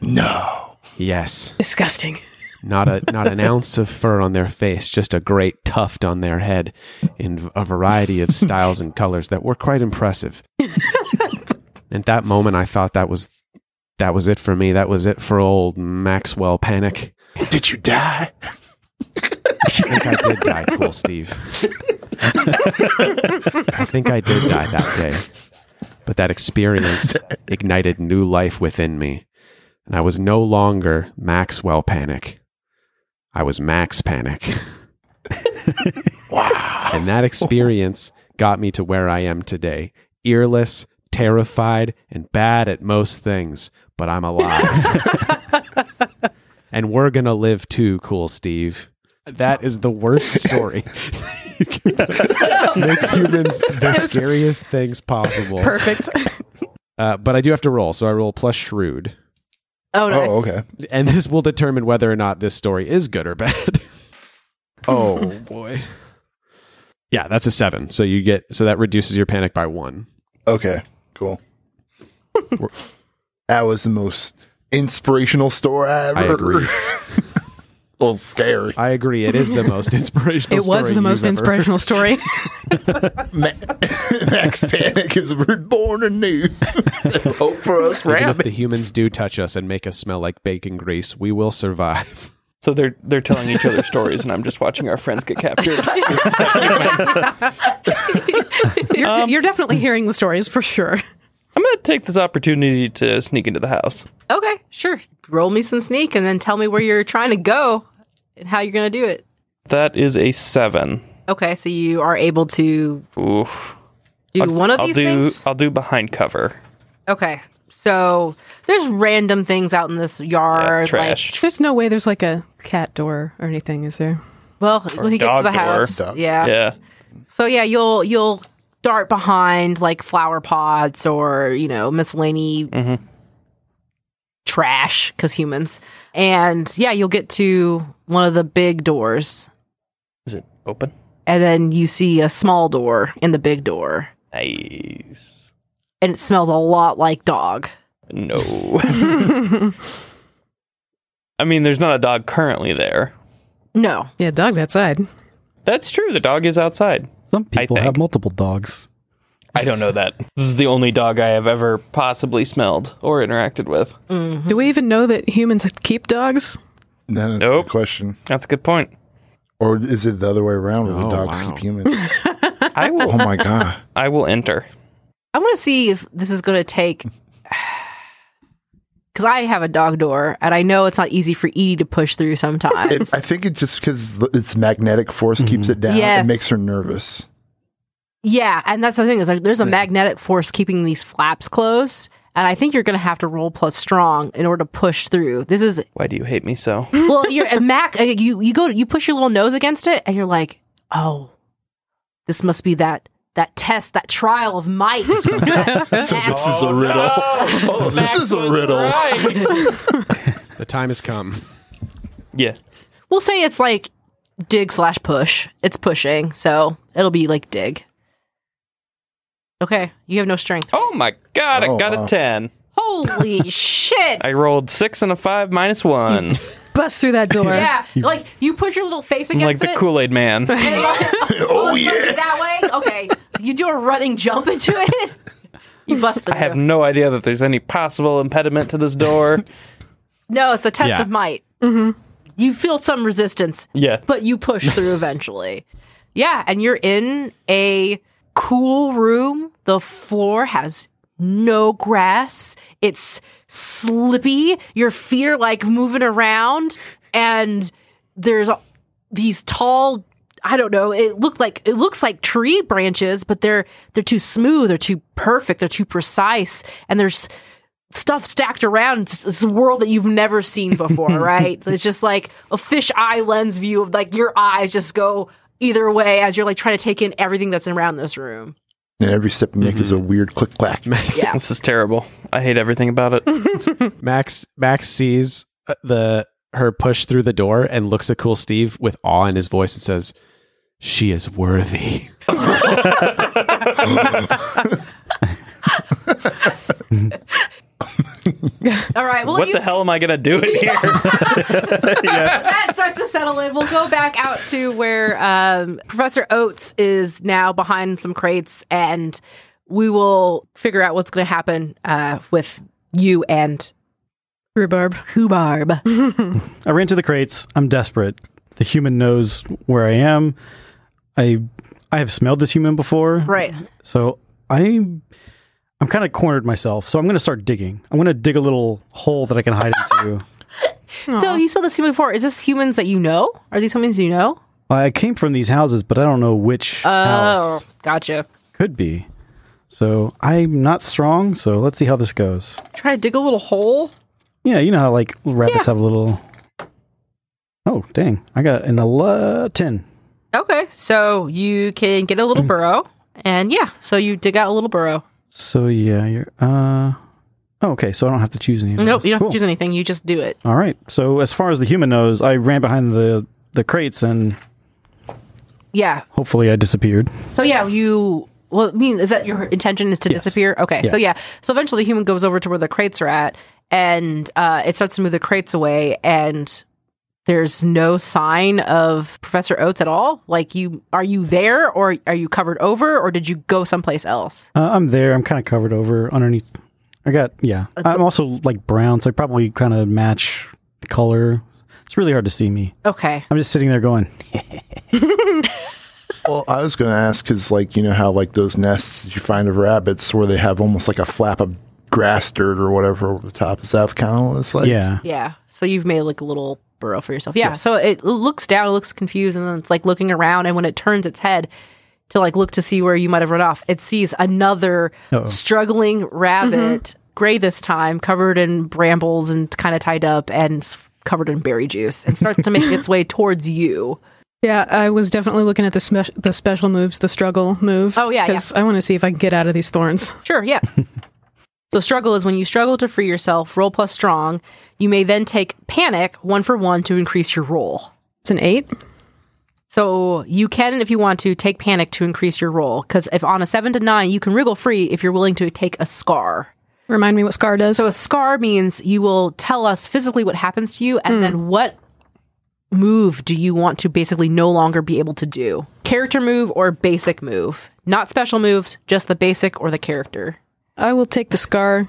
Speaker 7: No.
Speaker 5: Yes.
Speaker 4: Disgusting.
Speaker 5: not a not an ounce of fur on their face, just a great tuft on their head in v- a variety of styles and colors that were quite impressive. At that moment I thought that was that was it for me. That was it for old Maxwell Panic.
Speaker 7: Did you die?
Speaker 5: I think I did die, cool Steve. I think I did die that day. But that experience ignited new life within me, and I was no longer Maxwell Panic. I was max panic. wow. And that experience got me to where I am today earless, terrified, and bad at most things, but I'm alive. and we're going to live too, cool Steve. That is the worst story. you can tell. Makes humans the scariest things possible.
Speaker 4: Perfect.
Speaker 5: Uh, but I do have to roll, so I roll plus shrewd.
Speaker 4: Oh, nice.
Speaker 7: Oh, okay.
Speaker 5: And this will determine whether or not this story is good or bad.
Speaker 7: Oh,
Speaker 5: boy. Yeah, that's a seven. So you get so that reduces your panic by one.
Speaker 7: okay. Cool. that was the most inspirational story I ever.
Speaker 5: I agree.
Speaker 7: a little scary.
Speaker 5: I agree. It is the most inspirational.
Speaker 4: It was
Speaker 5: story
Speaker 4: the most
Speaker 5: you've ever-
Speaker 4: inspirational story.
Speaker 7: Ma- Max Panic is reborn anew. Hope for us
Speaker 5: Even if
Speaker 7: rabbits.
Speaker 5: the humans do touch us and make us smell like bacon grease, we will survive.
Speaker 6: So they're they're telling each other stories, and I'm just watching our friends get captured.
Speaker 4: You're, you're definitely hearing the stories for sure.
Speaker 6: I'm gonna take this opportunity to sneak into the house.
Speaker 1: Okay, sure. Roll me some sneak and then tell me where you're trying to go and how you're going to do it.
Speaker 6: That is a seven.
Speaker 1: Okay, so you are able to
Speaker 6: Oof.
Speaker 1: do one of
Speaker 6: I'll
Speaker 1: these
Speaker 6: do
Speaker 1: things.
Speaker 6: I'll do behind cover.
Speaker 1: Okay, so there's random things out in this yard.
Speaker 6: Yeah,
Speaker 1: like-
Speaker 6: trash.
Speaker 4: There's no way there's like a cat door or anything, is there?
Speaker 1: well, when he gets to
Speaker 6: dog
Speaker 1: the
Speaker 6: door.
Speaker 1: house,
Speaker 7: Dog.
Speaker 1: yeah.
Speaker 6: yeah.
Speaker 1: So yeah, you'll you'll dart behind like flower pots or you know miscellany
Speaker 6: Mm-hmm.
Speaker 1: trash because humans, and yeah, you'll get to one of the big doors,
Speaker 6: Is it open?
Speaker 1: and then you see a small door in the big door,
Speaker 6: Nice.
Speaker 1: and it smells a lot like dog.
Speaker 6: No. I mean, there's not a dog currently there.
Speaker 1: No,
Speaker 4: Yeah, dog's outside.
Speaker 1: Mm-hmm.
Speaker 6: That's true. The dog is outside.
Speaker 2: Some people
Speaker 6: think.
Speaker 2: have multiple dogs.
Speaker 6: I don't know that. This is the only dog I have ever possibly smelled or interacted with.
Speaker 4: Do we even know that humans keep dogs?
Speaker 7: No, that's a
Speaker 6: Nope.
Speaker 7: good question.
Speaker 6: That's a good point.
Speaker 7: Or is it the other way around where the
Speaker 5: Oh,
Speaker 7: dogs
Speaker 5: wow.
Speaker 7: keep humans?
Speaker 6: I
Speaker 7: oh
Speaker 6: will.
Speaker 7: my god.
Speaker 6: I will enter.
Speaker 1: I want to see if this is going to take. Because I have a dog door, and I know it's not easy for Edie to push through sometimes.
Speaker 7: It, I think it just because its magnetic force keeps it down,
Speaker 1: Yes.
Speaker 7: it makes her nervous.
Speaker 1: yeah, and that's the thing is like, there's a magnetic force keeping these flaps closed, and I think you're going to have to roll plus strong in order to push through. This is
Speaker 6: Why do you hate me so?
Speaker 1: well, you're a Mac. uh, You you go you push your little nose against it, and you're like, oh, this must be that that test, that trial of might. That-
Speaker 7: So this is
Speaker 6: Oh,
Speaker 7: a riddle.
Speaker 6: no.
Speaker 7: Oh, this is a
Speaker 6: was
Speaker 7: riddle.
Speaker 6: right.
Speaker 5: The time has come.
Speaker 6: yeah.
Speaker 1: we'll say it's like dig slash push. It's pushing, so it'll be like dig. Okay, you have no strength.
Speaker 6: Oh uh, my god!
Speaker 7: Oh,
Speaker 6: I got
Speaker 7: wow.
Speaker 6: a ten.
Speaker 1: Holy shit!
Speaker 6: I rolled six and a five minus one.
Speaker 4: Bust through that door.
Speaker 1: yeah, like you put your little face
Speaker 6: I'm
Speaker 1: against
Speaker 6: like the
Speaker 1: it.
Speaker 6: Kool Aid
Speaker 1: and
Speaker 6: Man.
Speaker 1: like,
Speaker 7: Oh yeah.
Speaker 1: that way, okay. You do a running jump into it. You bust through.
Speaker 6: I have no idea that there's any possible impediment to this door.
Speaker 1: no, it's a test
Speaker 5: Yeah.
Speaker 1: of might. Mm-hmm. You feel some resistance,
Speaker 6: Yeah.
Speaker 1: but you push through eventually. Yeah, and you're in a cool room. The floor has no grass. It's slippy. Your feet are like moving around, and there's a- these tall. I don't know. It looked like it looks like tree branches, but they're they're too smooth. They're too perfect. They're too precise, and there's stuff stacked around. It's, it's a world that you've never seen before, right? it's just like a fish eye lens view of like your eyes just go either way as you're like trying to take in everything that's around this room.
Speaker 7: And every step you make is a weird click clack.
Speaker 1: Yeah.
Speaker 6: This is terrible. I hate everything about it.
Speaker 5: Max Max sees uh, the her push through the door and looks at Cool Steve with awe in his voice and says, "She is worthy."
Speaker 1: All right. Well,
Speaker 6: what
Speaker 1: you
Speaker 6: the hell am I gonna do in here?
Speaker 1: that starts to settle in. We'll go back out to where um, Professor Oates is now behind some crates, and we will figure out what's going to happen uh, with you and
Speaker 4: Rhubarb.
Speaker 1: Hubarb.
Speaker 2: I ran to the crates. I'm desperate. The human knows where I am. I I have smelled this human before.
Speaker 1: Right.
Speaker 2: So I I'm kind of cornered myself. So I'm going to start digging. I'm going to dig a little hole that I can hide into.
Speaker 1: So you saw this human before. Is this humans that you know? Are these humans you know?
Speaker 2: I came from these houses, but I don't know which
Speaker 1: Oh.
Speaker 2: house.
Speaker 1: gotcha.
Speaker 2: Could be. So I'm not strong. So let's see how this goes.
Speaker 1: Try to dig a little hole.
Speaker 2: Yeah, you know how like rabbits
Speaker 1: Yeah.
Speaker 2: have a little. Oh dang! I got an ele- ten.
Speaker 1: Okay, so you can get a little burrow, and yeah, so you dig out a little burrow.
Speaker 2: So yeah, you're. uh Oh, okay. So I don't have to choose any. Of
Speaker 1: Nope,
Speaker 2: those.
Speaker 1: you don't
Speaker 2: Cool.
Speaker 1: have to choose anything. You just do it.
Speaker 2: All right. So as far as the human knows, I ran behind the the crates and
Speaker 1: Yeah.
Speaker 2: hopefully I disappeared.
Speaker 1: So yeah, you. Well, I mean, is that your intention is to disappear? Okay, so yeah, so eventually the human goes over to where the crates are at, and uh, it starts to move the crates away, and there's no sign of Professor Oates at all. Like you, are you there, or are you covered over, or did you go someplace else?
Speaker 2: Uh, I'm there. I'm kind of covered over underneath. I got yeah. I'm also like brown, so I probably kind of match the color. It's really hard to see me.
Speaker 1: Okay,
Speaker 2: I'm just sitting there going,
Speaker 7: Well, I was going to ask because, like, you know how like those nests that you find of rabbits where they have almost like a flap of grass, dirt, or whatever over the top. Is that kind of what it's like?
Speaker 2: yeah.
Speaker 1: yeah. So you've made like a little burrow for yourself. Yeah. So it looks down, it looks confused, and then it's like looking around, and when it turns its head to like look to see where you might have run off, it sees another struggling rabbit, gray this time, covered in brambles and kind of tied up and s- covered in berry juice, and starts to make its way towards you.
Speaker 4: Yeah, I was definitely looking at the spe- the special moves, the struggle move.
Speaker 1: Oh, yeah, yeah.
Speaker 4: because I want to see if I can get out of these thorns.
Speaker 1: Sure, yeah. so struggle is when you struggle to free yourself. Roll plus strong. You may then take panic one for one to increase your roll.
Speaker 4: It's an eight.
Speaker 1: So you can, if you want to, take panic to increase your roll. Because if on a seven to nine, you can wriggle free if you're willing to take a scar.
Speaker 4: Remind me what Scar does.
Speaker 1: So a scar means you will tell us physically what happens to you, and then what move do you want to basically no longer be able to do? Character move or basic move? Not special moves, just the basic or the character.
Speaker 4: I will take the Scar,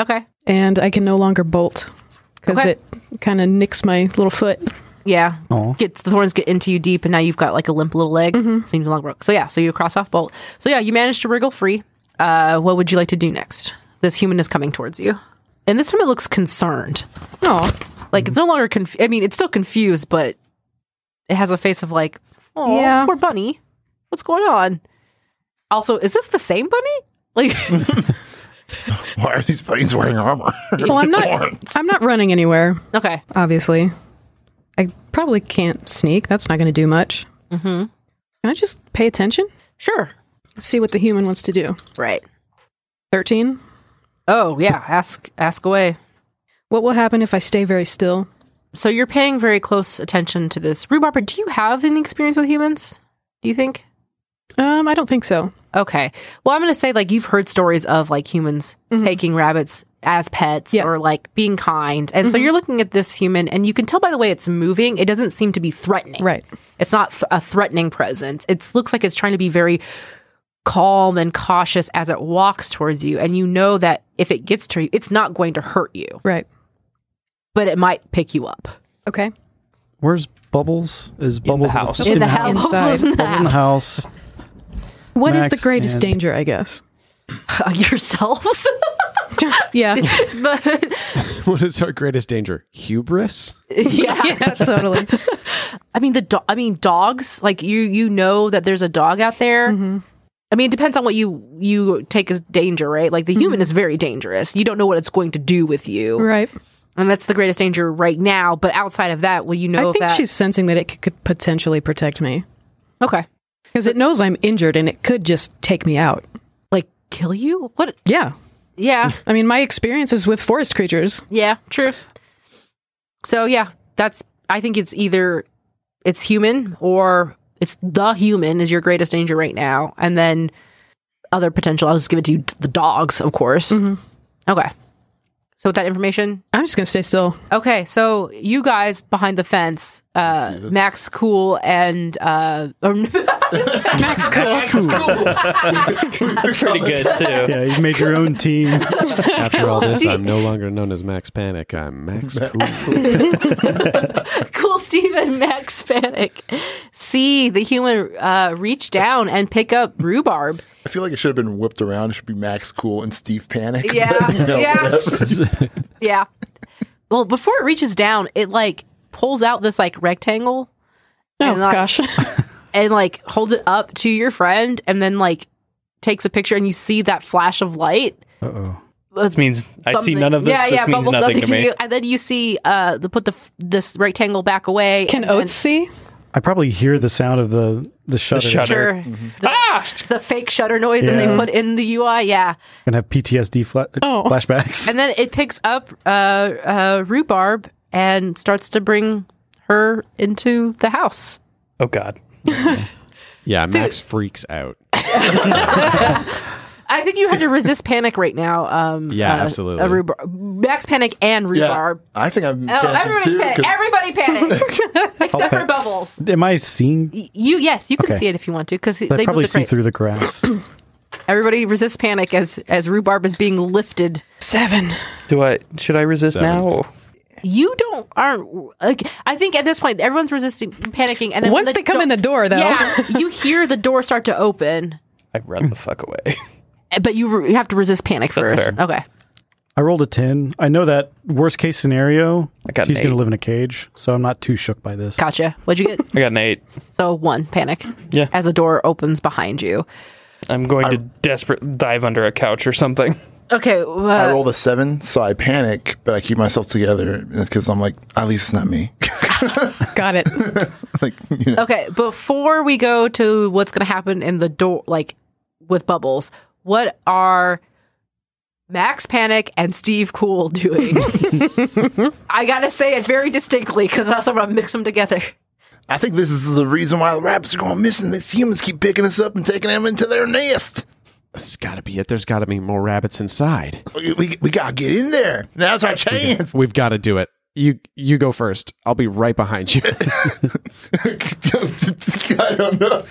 Speaker 1: Okay.
Speaker 4: and I can no longer bolt because
Speaker 1: Okay.
Speaker 4: it kind of nicks my little foot.
Speaker 1: Yeah.
Speaker 2: Aw.
Speaker 1: Gets the thorns get into you deep, and now you've got like a limp little leg. So you no longer. So yeah. So you cross off bolt. So yeah, you managed to wriggle free. Uh, what would you like to do next? This human is coming towards you, and this time it looks concerned.
Speaker 4: Oh,
Speaker 1: Like it's no longer. Conf- I mean, it's still confused, but it has a face of like, oh,
Speaker 4: Yeah.
Speaker 1: poor bunny. What's going on? Also, is this the same bunny? Like,
Speaker 7: Why are these bunnies wearing armor?
Speaker 4: well, I'm not.
Speaker 7: Thorns.
Speaker 4: I'm not running anywhere.
Speaker 1: okay,
Speaker 4: Obviously, I probably can't sneak. That's not going to do much. Mm-hmm. Can I just pay attention?
Speaker 1: sure,
Speaker 4: See what the human wants to do.
Speaker 1: right.
Speaker 4: Thirteen.
Speaker 1: Oh yeah, ask ask away.
Speaker 4: What will happen if I stay very still?
Speaker 1: so you're paying very close attention to this. Rhubarb, do you have any experience with humans? Do you think?
Speaker 4: Um, I don't think so.
Speaker 1: Okay. Well, I'm going to say like you've heard stories of like humans taking rabbits as pets
Speaker 4: Mm-hmm. Yeah. Mm-hmm.
Speaker 1: or like being kind. And so you're looking at this human and you can tell by the way it's moving, it doesn't seem to be threatening.
Speaker 4: Right.
Speaker 1: It's not th- a threatening presence. It looks like it's trying to be very calm and cautious as it walks towards you and you know that if it gets to you, it's not going to hurt you,
Speaker 4: Right.
Speaker 1: but it might pick you up.
Speaker 4: Okay.
Speaker 2: Where's Bubbles? Is Bubbles
Speaker 6: house.
Speaker 2: Is
Speaker 6: In
Speaker 1: Is
Speaker 4: the
Speaker 1: that how-
Speaker 4: inside.
Speaker 1: in the
Speaker 2: Bubbles in the house.
Speaker 4: What is
Speaker 2: Max
Speaker 4: the greatest
Speaker 2: and-
Speaker 4: danger? I guess.
Speaker 1: yourselves.
Speaker 4: yeah.
Speaker 1: but
Speaker 5: What is our greatest danger? Hubris?
Speaker 1: yeah.
Speaker 4: yeah. Totally.
Speaker 1: I mean the do- I mean dogs. Like you you know that there's a dog out there. I mean, it depends on what you you take as danger, right? Like the human is very dangerous. You don't know what it's going to do with you,
Speaker 4: Right.
Speaker 1: and that's the greatest danger right now. But outside of that, well, you know
Speaker 4: I
Speaker 1: if
Speaker 4: think
Speaker 1: that-
Speaker 4: she's sensing that it could, could potentially protect me
Speaker 1: okay.
Speaker 4: because it knows I'm injured and it could just take me out.
Speaker 1: Like kill you? What?
Speaker 4: Yeah.
Speaker 1: Yeah,
Speaker 4: I mean, my experiences with forest creatures.
Speaker 1: yeah, true. So yeah, that's. I think it's either it's human or it's the human is your greatest danger right now, and then other potential. I'll just give it to you, the dogs, of course. Okay. So with that information,
Speaker 4: I'm just gonna stay still.
Speaker 1: okay. So you guys behind the fence, uh, Max Cool and uh, or- Max Cool.
Speaker 6: Pretty good too.
Speaker 2: Yeah, you made your own team.
Speaker 5: After all this, I'm no longer known as Max Panic. I'm Max Cool.
Speaker 1: cool Steve and Max panic. See the human uh, reach down and pick up rhubarb.
Speaker 7: I feel like it should have been whipped around. It should be Max Cool and Steve Panic.
Speaker 1: Yeah, yeah, yeah. well, before it reaches down, it like pulls out this like rectangle
Speaker 4: Oh
Speaker 1: And, like,
Speaker 4: gosh.
Speaker 1: and like holds it up to your friend and then like takes a picture and you see that flash of light.
Speaker 2: Uh oh.
Speaker 6: This means I see
Speaker 1: Something-
Speaker 6: none of this.
Speaker 1: Yeah,
Speaker 6: this
Speaker 1: yeah,
Speaker 6: means
Speaker 1: bubbles
Speaker 6: nothing to me.
Speaker 1: you. And then you see uh the, put the f- this rectangle back away.
Speaker 4: Can
Speaker 1: and then-
Speaker 4: Oates see?
Speaker 2: I probably hear the sound of the the shutter.
Speaker 6: shutter.
Speaker 1: sure
Speaker 6: Mm-hmm.
Speaker 1: the,
Speaker 6: Ah!
Speaker 1: the fake shutter noise and they
Speaker 2: Yeah.
Speaker 1: put in the UI, yeah.
Speaker 2: and have PTSD fla-
Speaker 4: Oh.
Speaker 2: flashbacks.
Speaker 1: And then it picks up uh uh rhubarb and starts to bring her into the house.
Speaker 6: Oh God.
Speaker 5: Yeah, Max freaks out.
Speaker 1: I think you had to resist panic right now. Um,
Speaker 5: Yeah,
Speaker 1: uh,
Speaker 5: absolutely.
Speaker 1: A rhubarb, Max panic and rhubarb.
Speaker 7: I think I'm.
Speaker 1: Oh, everybody's panicked. Everybody panicked except for
Speaker 2: Okay.
Speaker 1: Bubbles.
Speaker 2: Am I seeing?
Speaker 1: Y- You yes, you can
Speaker 2: Okay.
Speaker 1: see it if you want to because they
Speaker 2: I
Speaker 1: moved
Speaker 2: probably
Speaker 1: the
Speaker 2: see
Speaker 1: crate.
Speaker 2: through the grass.
Speaker 1: Everybody resists panic as as rhubarb is being lifted.
Speaker 4: Seven.
Speaker 6: Do I? Should I resist now?
Speaker 1: You don't aren't like I think at this point everyone's resisting panicking and then when
Speaker 4: Once they come in the door, though.
Speaker 1: yeah, you hear the door start to open,
Speaker 6: I run the fuck away.
Speaker 1: but you, re- you have to resist panic
Speaker 6: That's
Speaker 1: first.
Speaker 6: fair.
Speaker 1: Okay.
Speaker 2: I rolled a ten. I know that worst case scenario,
Speaker 6: I got an
Speaker 2: she's going
Speaker 6: eight.
Speaker 2: to live in a cage, so I'm not too shook by this.
Speaker 1: Gotcha. What'd you get?
Speaker 6: I got an eight.
Speaker 1: So one panic.
Speaker 6: Yeah.
Speaker 1: As a door opens behind you.
Speaker 6: I'm going to desperate dive under a couch or something.
Speaker 1: Okay.
Speaker 7: I
Speaker 1: Uh,
Speaker 7: rolled a seven, so I panic, but I keep myself together because I'm like, at least it's not me.
Speaker 4: Got it.
Speaker 7: like, you know,
Speaker 1: Okay, before we go to what's going to happen in the door, like with bubbles, what are Max Panic and Steve Cool doing? I gotta say it very distinctly because also I'm gonna mix them together.
Speaker 7: I think this is the reason why the rabbits are going missing. These humans keep picking us up and taking them into their nest.
Speaker 5: This has got to be it. There's got to be more rabbits inside.
Speaker 7: We, we, we gotta get in there. Now's our chance.
Speaker 5: We've got to do it. You you go first. I'll be right behind you.
Speaker 7: I don't know.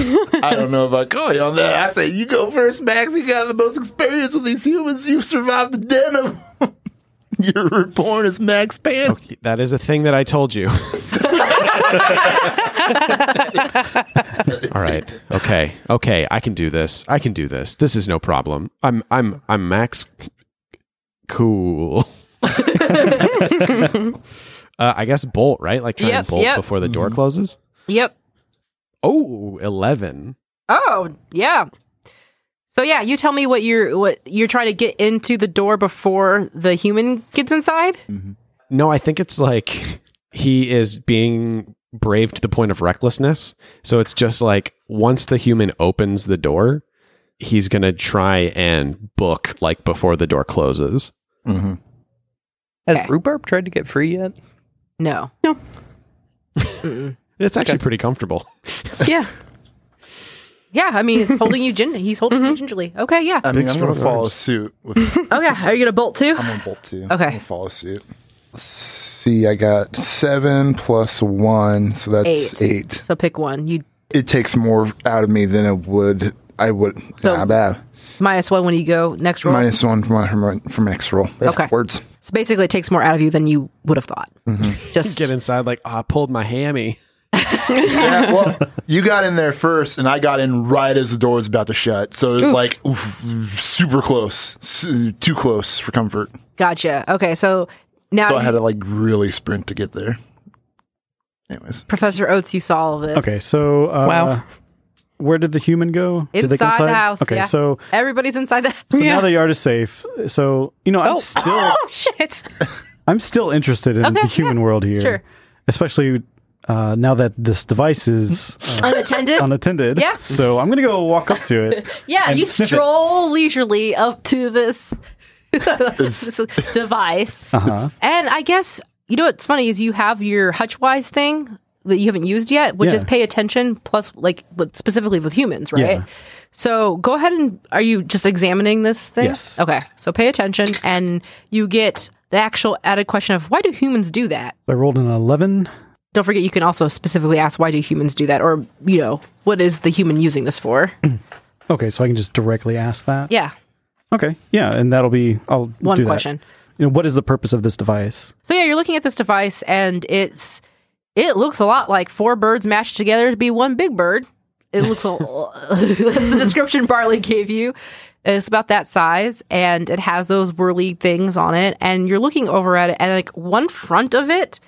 Speaker 7: I don't know if I call you on that. I say you go first, Max. You got the most experience with these humans. You've survived the den of. You're reborn as Max Pan.
Speaker 5: that is a thing that I told you. All right. Okay. Okay. I can do this. I can do this. This is no problem. I'm I'm I'm Max C- cool. uh, I guess bolt, right? Like try
Speaker 1: Yep,
Speaker 5: and bolt
Speaker 1: yep. Mm-hmm.
Speaker 5: before the door closes.
Speaker 1: Yep.
Speaker 5: Oh, 11.
Speaker 1: Oh yeah. So yeah, you tell me what you're what you're trying to get into the door before the human gets inside.
Speaker 7: Mm.
Speaker 5: No, I think it's like he is being brave to the point of recklessness. So it's just like once the human opens the door, he's going to try and book like before the door closes.
Speaker 6: Has
Speaker 1: Okay.
Speaker 6: rhubarb tried to get free yet?
Speaker 1: No.
Speaker 5: It's actually pretty comfortable.
Speaker 4: Yeah.
Speaker 1: Yeah, I mean it's holding you gin- he's holding you gingerly. Okay, yeah.
Speaker 7: I mean, I'm
Speaker 5: strong
Speaker 7: gonna follow
Speaker 5: arms.
Speaker 7: suit. With,
Speaker 1: Okay, are you gonna bolt too?
Speaker 7: Uh, I'm gonna bolt too.
Speaker 1: Okay.
Speaker 7: I'm gonna follow suit. Let's see, I got seven plus one, so
Speaker 1: Eight.
Speaker 7: that's eight.
Speaker 1: So pick one. You
Speaker 7: It takes more out of me than it would. I would.
Speaker 1: So-
Speaker 7: not bad.
Speaker 1: minus one when you go next roll.
Speaker 7: Minus one from my, from my, from my next roll.
Speaker 1: Okay.
Speaker 7: Words.
Speaker 1: So basically, it takes more out of you than you would have thought.
Speaker 7: Mm-hmm.
Speaker 1: Just
Speaker 5: Get inside like, "Ah, I pulled my hammy.
Speaker 7: yeah, well, you got in there first, and I got in right as the door was about to shut. So it was like oof, super close, su- too close for comfort.
Speaker 1: gotcha. Okay, so now
Speaker 7: So I had to like really sprint to get there. Anyways,
Speaker 1: Professor Oates, you saw all this.
Speaker 2: Okay, so uh,
Speaker 6: Wow.
Speaker 2: where did the human go? Did they go
Speaker 1: Inside the house,
Speaker 2: Okay,
Speaker 1: yeah.
Speaker 2: so
Speaker 1: everybody's inside the.
Speaker 2: so now
Speaker 4: Yeah.
Speaker 2: the yard is safe. So you know, I'm still
Speaker 4: Oh shit.
Speaker 2: I'm still interested in
Speaker 1: Okay,
Speaker 2: the human
Speaker 1: yeah,
Speaker 2: world here,
Speaker 1: sure.
Speaker 2: especially uh, now that this device is uh,
Speaker 1: Unattended.
Speaker 2: unattended.
Speaker 1: Yeah.
Speaker 2: So I'm gonna go walk up to it.
Speaker 1: yeah,
Speaker 2: and
Speaker 1: you
Speaker 2: sniff it.
Speaker 1: stroll leisurely up to this, this device,
Speaker 2: Uh-huh.
Speaker 1: and I guess you know what's funny is you have your Hutchwise thing that you haven't used yet, which
Speaker 2: Yeah.
Speaker 1: is pay attention plus like with, specifically with humans, right?
Speaker 2: Yeah.
Speaker 1: So go ahead and are you just examining this thing?
Speaker 2: Yes.
Speaker 1: Okay, so pay attention, and you get the actual added question of why do humans do that?
Speaker 2: I rolled an eleven.
Speaker 1: Don't forget, you can also specifically ask why do humans do that, or you know, what is the human using this for?
Speaker 2: Mm-hmm. Okay, so I can just directly ask that.
Speaker 1: yeah,
Speaker 2: Okay. Yeah, and that'll be I'll
Speaker 1: one
Speaker 2: do that.
Speaker 1: question.
Speaker 2: You know, what is the purpose of this device?
Speaker 1: So yeah, you're looking at this device and it's it looks a lot like four birds mashed together to be one big bird. It looks a the description Barley gave you. It's about that size, and it has those whirly things on it. And you're looking over at it, and like one front of it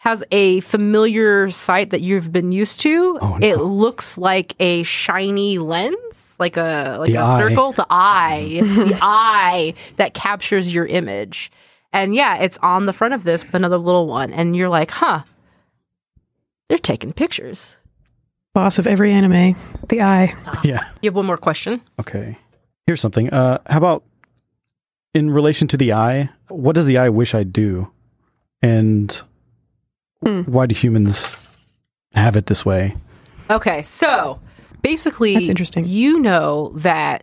Speaker 1: has a familiar sight that you've been used to.
Speaker 2: Oh,
Speaker 1: It looks like a shiny lens, like a like
Speaker 2: The
Speaker 1: a
Speaker 2: eye. Mm-hmm.
Speaker 1: circle, the eye, it's the eye that captures your image. And yeah, it's on the front of this with another little one, and you're like, huh, they're taking pictures.
Speaker 4: Boss of every anime, the eye.
Speaker 1: Ah.
Speaker 2: Yeah.
Speaker 1: You have one more question.
Speaker 2: Okay. Here's something. Uh, how about in relation to the eye? What does the eye wish I do? And
Speaker 4: Hmm.
Speaker 2: why do humans have it this way?
Speaker 1: Okay, so basically,
Speaker 4: That's interesting.
Speaker 1: You know that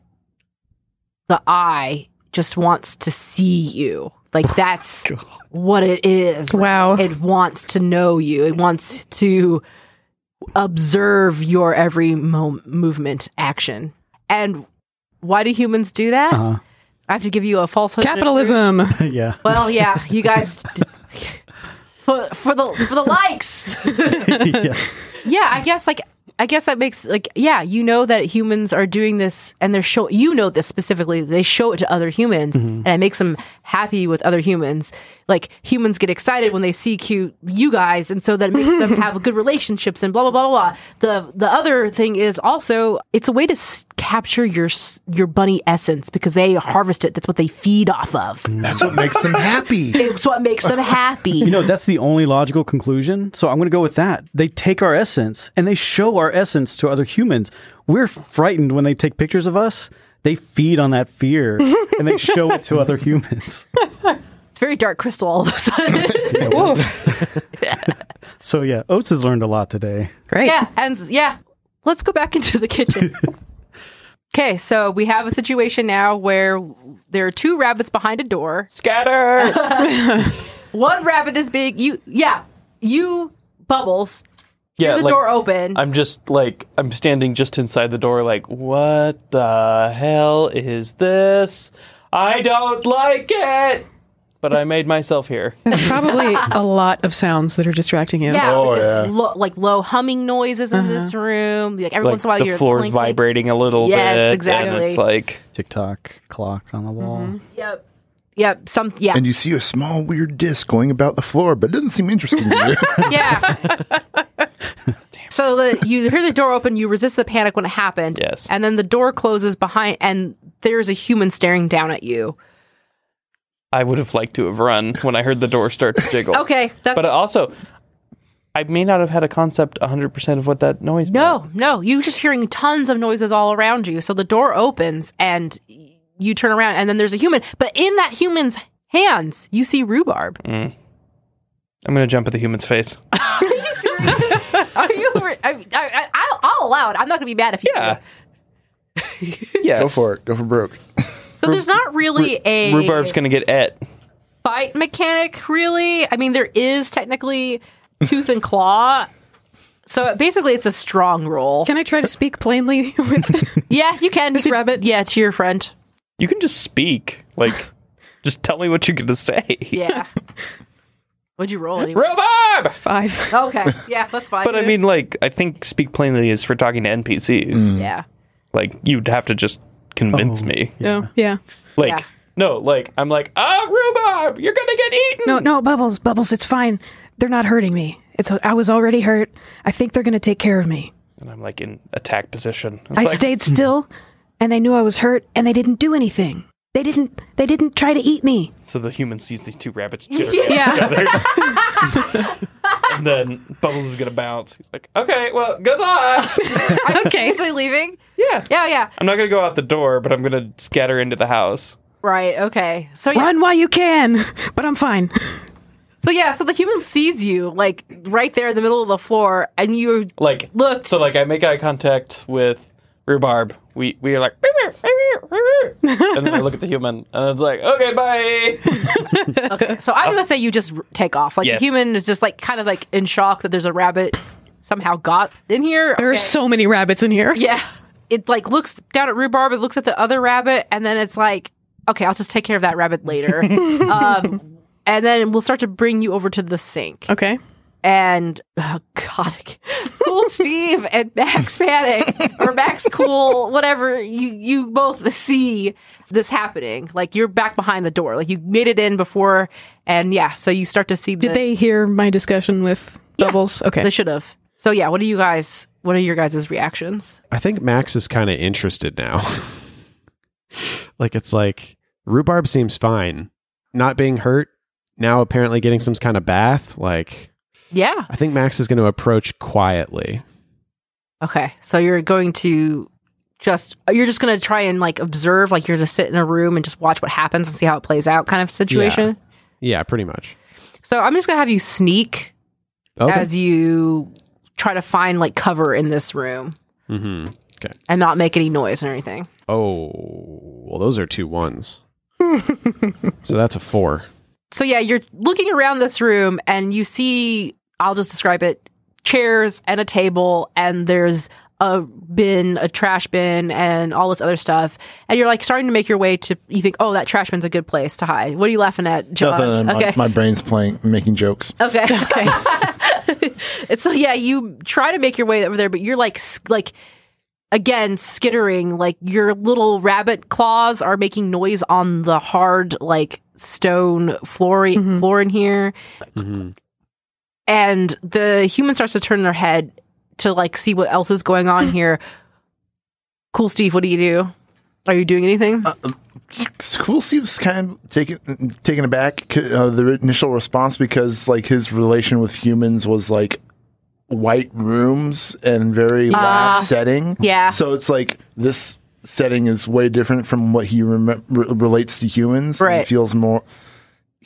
Speaker 1: the eye just wants to see you. Like that's what it is.
Speaker 4: Oh Wow.
Speaker 1: It wants to know you. It wants to observe your every mo- movement, action. And why do humans do that?
Speaker 4: Uh-huh.
Speaker 2: Uh,
Speaker 1: I have to give you a falsehood. and a truth.
Speaker 4: Capitalism.
Speaker 2: yeah.
Speaker 1: Well, yeah, you guys. For, for the for the likes,
Speaker 2: yes.
Speaker 1: yeah, I guess like I guess that makes like yeah, you know that humans are doing this and they're show you know this specifically. They show it to other humans
Speaker 2: Mm-hmm.
Speaker 1: and it makes them happy with other humans. Like humans get excited when they see cute you guys and so that makes them have good relationships and blah blah blah blah. blah. The the other thing is also it's a way to s- capture your s- your bunny essence because they harvest it. That's what they feed off of.
Speaker 7: That's what makes them happy.
Speaker 1: It's what makes them happy.
Speaker 2: Mm. You know, that's the only logical conclusion. So I'm going to go with that. They take our essence and they show our essence to other humans. We're frightened when they take pictures of us. They feed on that fear and they show it to other humans.
Speaker 1: it's very dark crystal all of a sudden.
Speaker 2: So yeah, Oates has learned a lot today.
Speaker 4: Great.
Speaker 1: Yeah, and yeah, let's go back into the kitchen. Okay, so we have a situation now where there are two rabbits behind a door.
Speaker 6: Scatter!
Speaker 1: One rabbit is big. You, yeah, you bubbles.
Speaker 6: yeah,
Speaker 1: the
Speaker 6: like,
Speaker 1: door open.
Speaker 6: I'm just like, I'm standing just inside the door, like, what the hell is this? I don't like it! But I made myself here.
Speaker 4: There's probably a lot of sounds that are distracting you.
Speaker 1: yeah,
Speaker 7: Oh,
Speaker 1: like, this
Speaker 7: yeah.
Speaker 1: Lo- like low humming noises in this room. Like every
Speaker 6: Like,
Speaker 1: once in a while,
Speaker 6: the
Speaker 1: you're
Speaker 6: floor's
Speaker 1: clink, clink.
Speaker 6: vibrating a little
Speaker 1: Yes,
Speaker 6: bit. and
Speaker 1: exactly.
Speaker 6: it's like,
Speaker 2: TikTok clock on the wall.
Speaker 1: Yep, yep. Some yeah,
Speaker 7: And you see a small weird disc going about the floor, but it doesn't seem interesting to you.
Speaker 1: yeah. so the, you hear the door open, you resist the panic when it happened.
Speaker 6: Yes.
Speaker 1: And then the door closes behind, and there's a human staring down at you.
Speaker 6: I would have liked to have run when I heard the door start to jiggle.
Speaker 1: Okay, that's
Speaker 6: But also, I may not have had a concept 100% of what that noise
Speaker 1: No, no, you're just hearing tons of noises all around you. So the door opens and y- you turn around, and then there's a human. But in that human's hands, you see rhubarb.
Speaker 6: Mm. I'm going to jump at the human's face.
Speaker 1: Are you serious? Are you? re- I, I, I, I'll- I'll allow it. I'm not going to be mad if you.
Speaker 6: Yeah.
Speaker 1: do.
Speaker 6: yes.
Speaker 7: Go for it. Go for broke.
Speaker 1: So there's not really a
Speaker 6: Rhubarb's going to get et.
Speaker 1: fight mechanic, really. I mean, there is technically tooth and claw. So basically, it's a strong roll.
Speaker 4: Can I try to speak plainly with
Speaker 1: yeah, you can. This
Speaker 4: rabbit?
Speaker 1: Yeah, to your friend.
Speaker 6: You can just speak. Like, just tell me what you're going to say.
Speaker 1: Yeah. What'd you roll anyway?
Speaker 6: Rhubarb!
Speaker 4: five?
Speaker 1: Okay. Yeah, that's fine.
Speaker 6: But I mean, like, I think speak plainly is for talking to NPCs.
Speaker 4: Mm.
Speaker 1: yeah.
Speaker 6: Like, you'd have to just convince me.
Speaker 4: No. Oh, Yeah.
Speaker 6: Like,
Speaker 1: Yeah.
Speaker 6: no, like, I'm like, ah, Rhubarb, you're going to get eaten.
Speaker 4: No, no, Bubbles, Bubbles, it's fine. They're not hurting me. It's I was already hurt. I think they're going to take care of me.
Speaker 6: And I'm like in attack position. I'm
Speaker 4: I
Speaker 6: like,
Speaker 4: stayed still and they knew I was hurt and they didn't do anything. They didn't they didn't try to eat me.
Speaker 6: So the human sees these two rabbits jitter
Speaker 4: Yeah.
Speaker 6: at each other. and then Bubbles is going to bounce. He's like, okay, well, good luck.
Speaker 1: Are you
Speaker 4: Okay.
Speaker 1: seriously leaving?
Speaker 6: yeah.
Speaker 1: Yeah, yeah.
Speaker 6: I'm not going to go out the door, but I'm going to scatter into the house.
Speaker 1: Right. Okay. So yeah.
Speaker 4: Run while you can. But I'm fine.
Speaker 1: So yeah. So the human sees you like right there in the middle of the floor, and you
Speaker 6: Like,
Speaker 1: look.
Speaker 6: so like I make eye contact with Rhubarb. We we are like, and then I look at the human, and it's like, okay, bye.
Speaker 1: So
Speaker 4: Oh.
Speaker 1: I'm gonna say you just r- take off. Like
Speaker 6: Yes.
Speaker 1: the human is just like kind of like in shock that there's a rabbit somehow got in here.
Speaker 4: There are
Speaker 1: Okay.
Speaker 4: so many rabbits in here.
Speaker 1: yeah. It like looks down at rhubarb. It looks at the other rabbit, and then it's like, okay, I'll just take care of that rabbit later. um, and then we'll start to bring you over to the sink.
Speaker 4: Okay.
Speaker 1: and oh god, Cool Steve and Max Panic or Max Cool, whatever you you both see this happening. Like you're back behind the door, like you made it in before, and yeah, so you start to see.
Speaker 4: Did
Speaker 1: the,
Speaker 4: they hear my discussion with Bubbles? Okay.
Speaker 1: They should have. So yeah, what do you guys? What are your guys' reactions?
Speaker 5: I think Max is kind of interested now. like it's like rhubarb seems fine, not being hurt. Now apparently getting some kind of bath. Like
Speaker 1: Yeah.
Speaker 5: I think Max is going to approach quietly.
Speaker 1: Okay. So you're going to just you're just going to try and like observe, like you're just sit in a room and just watch what happens and see how it plays out, kind of situation.
Speaker 5: Yeah, pretty much.
Speaker 1: So I'm just going to have you sneak
Speaker 5: Okay.
Speaker 1: as you try to find like cover in this room
Speaker 5: mm-hmm. Okay.
Speaker 1: and not make any noise or anything.
Speaker 5: Oh, well, those are two ones. so that's a four.
Speaker 1: So yeah, you're looking around this room and you see I'll just describe it chairs and a table and there's a bin, a trash bin and all this other stuff. And you're like starting to make your way to you think, "Oh, that trash bin's a good place to hide." What are you laughing at, John?
Speaker 7: Nothing. and
Speaker 1: okay.
Speaker 7: My, my brain's playing, making jokes.
Speaker 1: Okay. Okay. and so yeah, you try to make your way over there, but you're like sk- like again skittering, like your little rabbit claws are making noise on the hard like stone floor floor in here, and the human starts to turn their head to like see what else is going on here. Cool, Steve. What do you do? Are you doing anything?
Speaker 7: Cool Steve's kind of taken taken aback c- uh, the initial response because like his relation with humans was like white rooms and very lab setting.
Speaker 1: Ah. yeah.
Speaker 7: So it's like this setting is way different from what he remem re- relates to humans. and
Speaker 1: Right.
Speaker 7: feels more.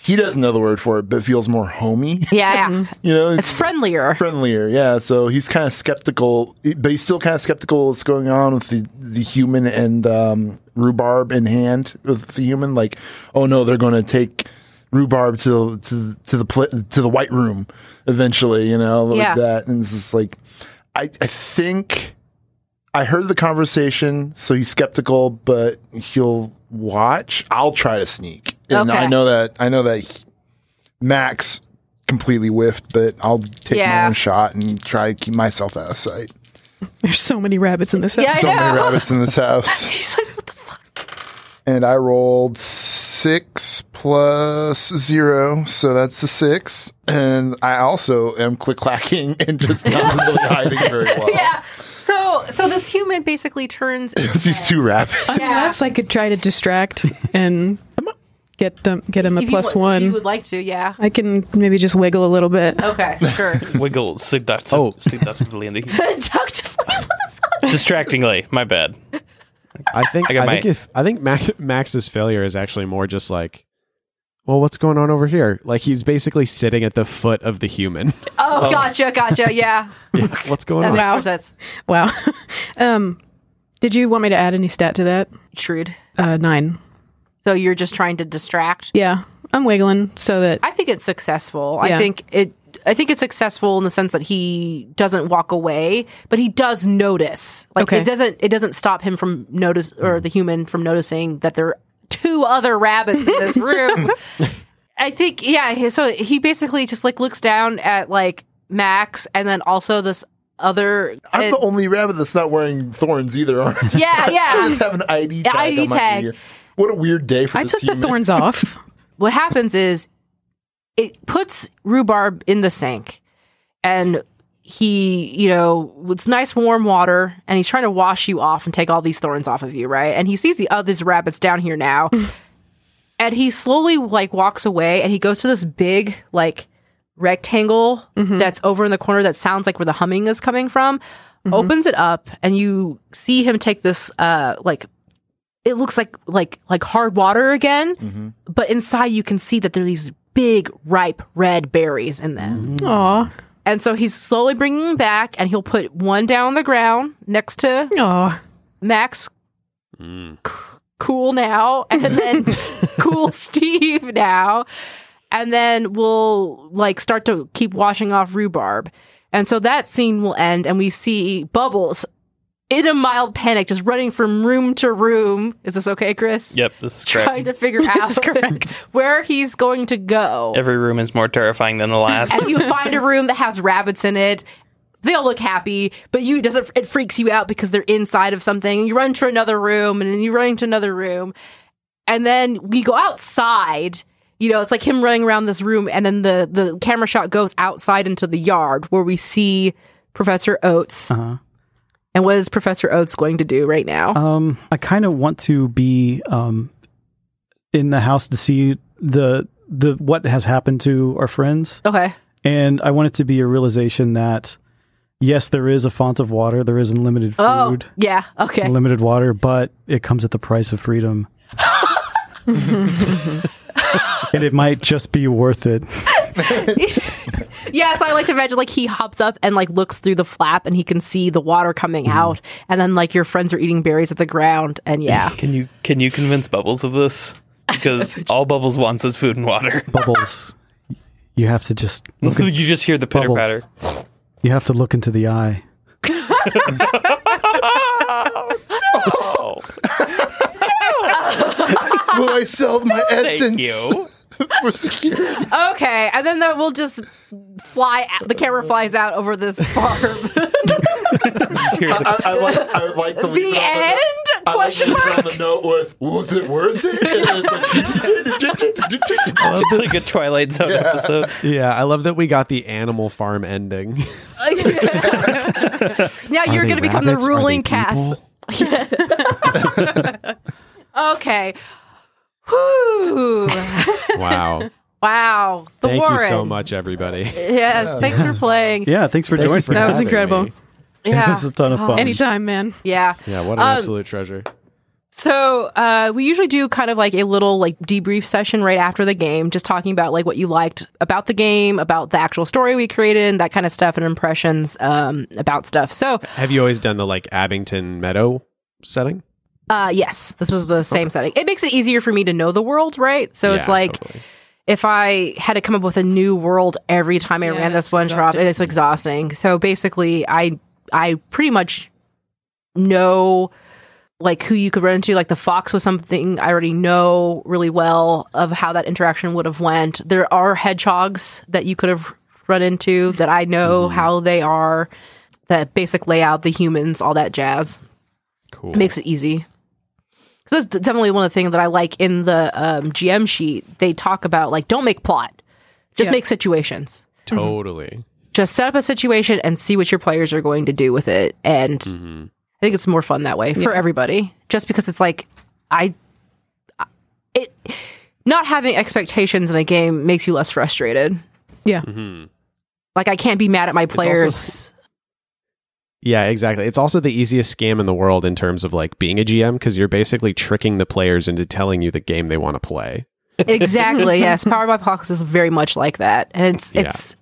Speaker 7: He doesn't know the word for it, but feels more homey.
Speaker 1: yeah, yeah.
Speaker 7: you know,
Speaker 1: It's friendlier.
Speaker 7: friendlier. Yeah, so he's kind of skeptical, but he's still kind of skeptical what's going on with the the human and um, rhubarb in hand with the human. Like, oh no, they're going to take rhubarb to to to the pla to the white room eventually. You know, like
Speaker 1: Yeah.
Speaker 7: that, and it's just like, I I think. I heard the conversation, so he's skeptical, but he'll watch. I'll try to sneak, and
Speaker 1: Okay.
Speaker 7: I know that I know that he- Max completely whiffed, but I'll take
Speaker 1: Yeah.
Speaker 7: my own shot and try to keep myself out of sight.
Speaker 4: There's so many rabbits in this house.
Speaker 1: Yeah, I
Speaker 7: So many
Speaker 1: know.
Speaker 7: rabbits in this house,
Speaker 1: He's like, what the fuck?
Speaker 7: and I rolled six plus zero, so that's a six. And I also am click clacking and just not really hiding very well.
Speaker 1: Yeah. So, so this human basically turns.
Speaker 7: These two rabbits.
Speaker 1: Yeah.
Speaker 4: Unless I could try to distract and get them get him a
Speaker 1: If
Speaker 4: plus
Speaker 1: you, if
Speaker 4: one.
Speaker 1: You would Oh. like to, yeah.
Speaker 4: I can maybe just wiggle a little bit.
Speaker 1: Okay, sure.
Speaker 6: Wiggle seductive,
Speaker 5: Oh.
Speaker 6: seductively, and he-
Speaker 1: Deductively, what the fuck?
Speaker 6: distractingly. My bad.
Speaker 5: I think.
Speaker 6: I
Speaker 5: I,
Speaker 6: got my-
Speaker 5: think if I think Max, Max's failure is actually more just like, well, what's going on over here? Like he's basically sitting at the foot of the human.
Speaker 1: Oh, gotcha, gotcha. Yeah.
Speaker 5: what's going
Speaker 1: That
Speaker 5: on?
Speaker 1: makes more sense.
Speaker 4: Wow. um, did you want me to add any stat to that?
Speaker 1: Shrewd.
Speaker 4: Uh, nine.
Speaker 1: So you're just trying to distract.
Speaker 4: Yeah, I'm wiggling so that
Speaker 1: I think it's successful. I
Speaker 4: Yeah.
Speaker 1: think it. I think it's successful in the sense that he doesn't walk away, but he does notice. Like
Speaker 4: Okay.
Speaker 1: it doesn't. It doesn't stop him from notice or the human from noticing that there are two other rabbits in this room. I think yeah. he- So he basically just like looks down at like Max, and then also this other.
Speaker 7: I'm
Speaker 1: and-
Speaker 7: the only rabbit that's not wearing thorns either, aren't I?
Speaker 1: yeah,
Speaker 7: I
Speaker 1: yeah.
Speaker 7: just have an ID tag.
Speaker 1: ID
Speaker 7: on my
Speaker 1: tag.
Speaker 7: ear. What a weird day for
Speaker 4: I
Speaker 7: this
Speaker 4: took the
Speaker 7: human.
Speaker 4: thorns off.
Speaker 1: what happens is it puts rhubarb in the sink and he you know it's nice warm water and he's trying to wash you off and take all these thorns off of you right and he sees the other these rabbits down here now and he slowly like walks away and he goes to this big like rectangle that's over in the corner that sounds like where the humming is coming from opens it up and you see him take this uh like it looks like like like hard water again but inside you can see that there are these big ripe red berries in them
Speaker 4: Mm-hmm. Aw,
Speaker 1: and so he's slowly bringing them back and he'll put one down on the ground next to
Speaker 4: aw.
Speaker 1: max C- cool now and then cool steve now and then we'll like start to keep washing off rhubarb and so that scene will end and we see bubbles in a mild panic, just running from room to room. Is this okay, Chris?
Speaker 6: Yep, this is
Speaker 1: Trying
Speaker 6: correct.
Speaker 1: to figure
Speaker 4: is
Speaker 1: out
Speaker 4: correct.
Speaker 1: where he's going to go.
Speaker 6: Every room is more terrifying than the last.
Speaker 1: and you find a room that has rabbits in it. They'll look happy, but you it doesn't. It freaks you out because they're inside of something. You run to another room, and then you run into another room, and then we go outside. You know, it's like him running around this room, and then the the camera shot goes outside into the yard where we see Professor Oates.
Speaker 2: Uh-huh.
Speaker 1: And what is Professor Oates going to do right now?
Speaker 2: Um, I kind of want to be um in the house to see the the what has happened to our friends,
Speaker 1: okay,
Speaker 2: and I want it to be a realization that yes, there is a font of water, there is unlimited
Speaker 1: Oh,
Speaker 2: food,
Speaker 1: yeah. Okay.
Speaker 2: unlimited water, but it comes at the price of freedom. and it might just be worth it.
Speaker 1: Yeah, so I like to imagine like he hops up and like looks through the flap and he can see the water coming
Speaker 7: Mm.
Speaker 1: out and then like your friends are eating berries at the ground and yeah.
Speaker 6: Can you can you convince Bubbles of this? Because all Bubbles wants is food and water.
Speaker 2: Bubbles. You have to just look
Speaker 6: you just hear the pitter
Speaker 2: Bubbles.
Speaker 6: patter.
Speaker 2: you have to look into the eye.
Speaker 7: Will I sell my essence
Speaker 6: Thank you.
Speaker 7: for security?
Speaker 1: okay, and then that we'll just fly out, the
Speaker 7: Oh.
Speaker 1: camera flies out over this farm.
Speaker 6: Hear the-
Speaker 7: I, I like. I would Oh, like to leave
Speaker 1: the
Speaker 7: it on
Speaker 1: end?
Speaker 7: I like to
Speaker 1: Question
Speaker 7: leave it
Speaker 1: mark.
Speaker 7: on the note with was it worth it? And it's like-
Speaker 6: it's like a Twilight Zone episode.
Speaker 5: Yeah, I love that we got the animal farm ending.
Speaker 1: now you're going to become the ruling cast. Okay. Whew.
Speaker 5: Wow.
Speaker 1: Wow. The
Speaker 5: Thank
Speaker 1: Warren.
Speaker 5: you so much, everybody.
Speaker 1: Yes, thanks for playing.
Speaker 2: Yeah, thanks for joining.
Speaker 4: That was
Speaker 2: us.
Speaker 4: incredible.
Speaker 2: It
Speaker 1: Yeah.
Speaker 2: was a ton of fun.
Speaker 4: Anytime, man.
Speaker 1: yeah. Uh,
Speaker 5: Yeah, what an
Speaker 1: Um,
Speaker 5: absolute treasure.
Speaker 1: So uh, we usually do kind of like a little like debrief session right after the game, just talking about like what you liked about the game, about the actual story we created, and that kind of stuff, and impressions um, about stuff. So
Speaker 5: Have you always done the like Abington Meadow setting?
Speaker 1: uh, yes, this is the same setting. It makes it easier for me to know the world, right? So it's
Speaker 5: Yeah,
Speaker 1: like
Speaker 5: totally.
Speaker 1: if I had to come up with a new world every time I
Speaker 4: Yeah,
Speaker 1: ran this
Speaker 4: that's
Speaker 1: one drop,
Speaker 4: exhausting.
Speaker 1: it is exhausting. So basically, I I pretty much know like who you could run into. Like the fox was something I already know really well of how that interaction would have went. There are hedgehogs that you could have run into that I know how they are, the basic layout, the humans, all that jazz.
Speaker 5: cool.
Speaker 1: It makes it easy. So that's definitely one of the things that I like in the um, GM sheet. They talk about like don't make plot, just
Speaker 4: Yeah.
Speaker 1: make situations.
Speaker 5: totally.
Speaker 1: Just set up a situation and see what your players are going to do with it. And
Speaker 5: Mm-hmm.
Speaker 1: I think it's more fun that way for everybody. Just because it's like I, I- it not having expectations in a game makes you less frustrated.
Speaker 4: Yeah.
Speaker 1: Like I can't be mad at my
Speaker 5: Mm-hmm. also
Speaker 1: players.
Speaker 5: Yeah, exactly. It's also the easiest scam in the world in terms of like being a GM because you're basically tricking the players into telling you the game they want to play.
Speaker 1: exactly. yes. Powered by Apocalypse is very much like that, and it's
Speaker 5: Yeah.
Speaker 1: it's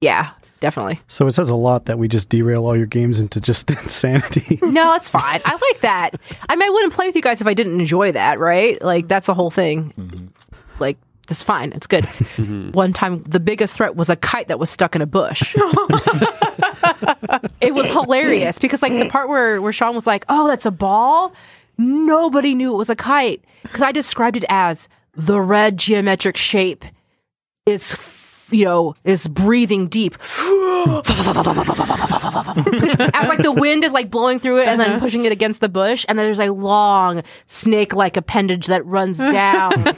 Speaker 1: yeah, definitely.
Speaker 2: So it says a lot that we just derail all your games into just insanity.
Speaker 1: No, it's fine. I like that. I mean, I wouldn't play with you guys if I didn't enjoy that, right? Like that's the whole thing. Like it's fine. It's good. One time, the biggest threat was a kite that was stuck in a bush. it was hilarious because like the part where where Sean was like, "Oh, that's a ball." Nobody knew it was a kite because I described it as the red geometric shape is. f- You know, is breathing deep. as like the wind is like blowing through it and then pushing it against the bush and then there's a long snake like appendage that runs down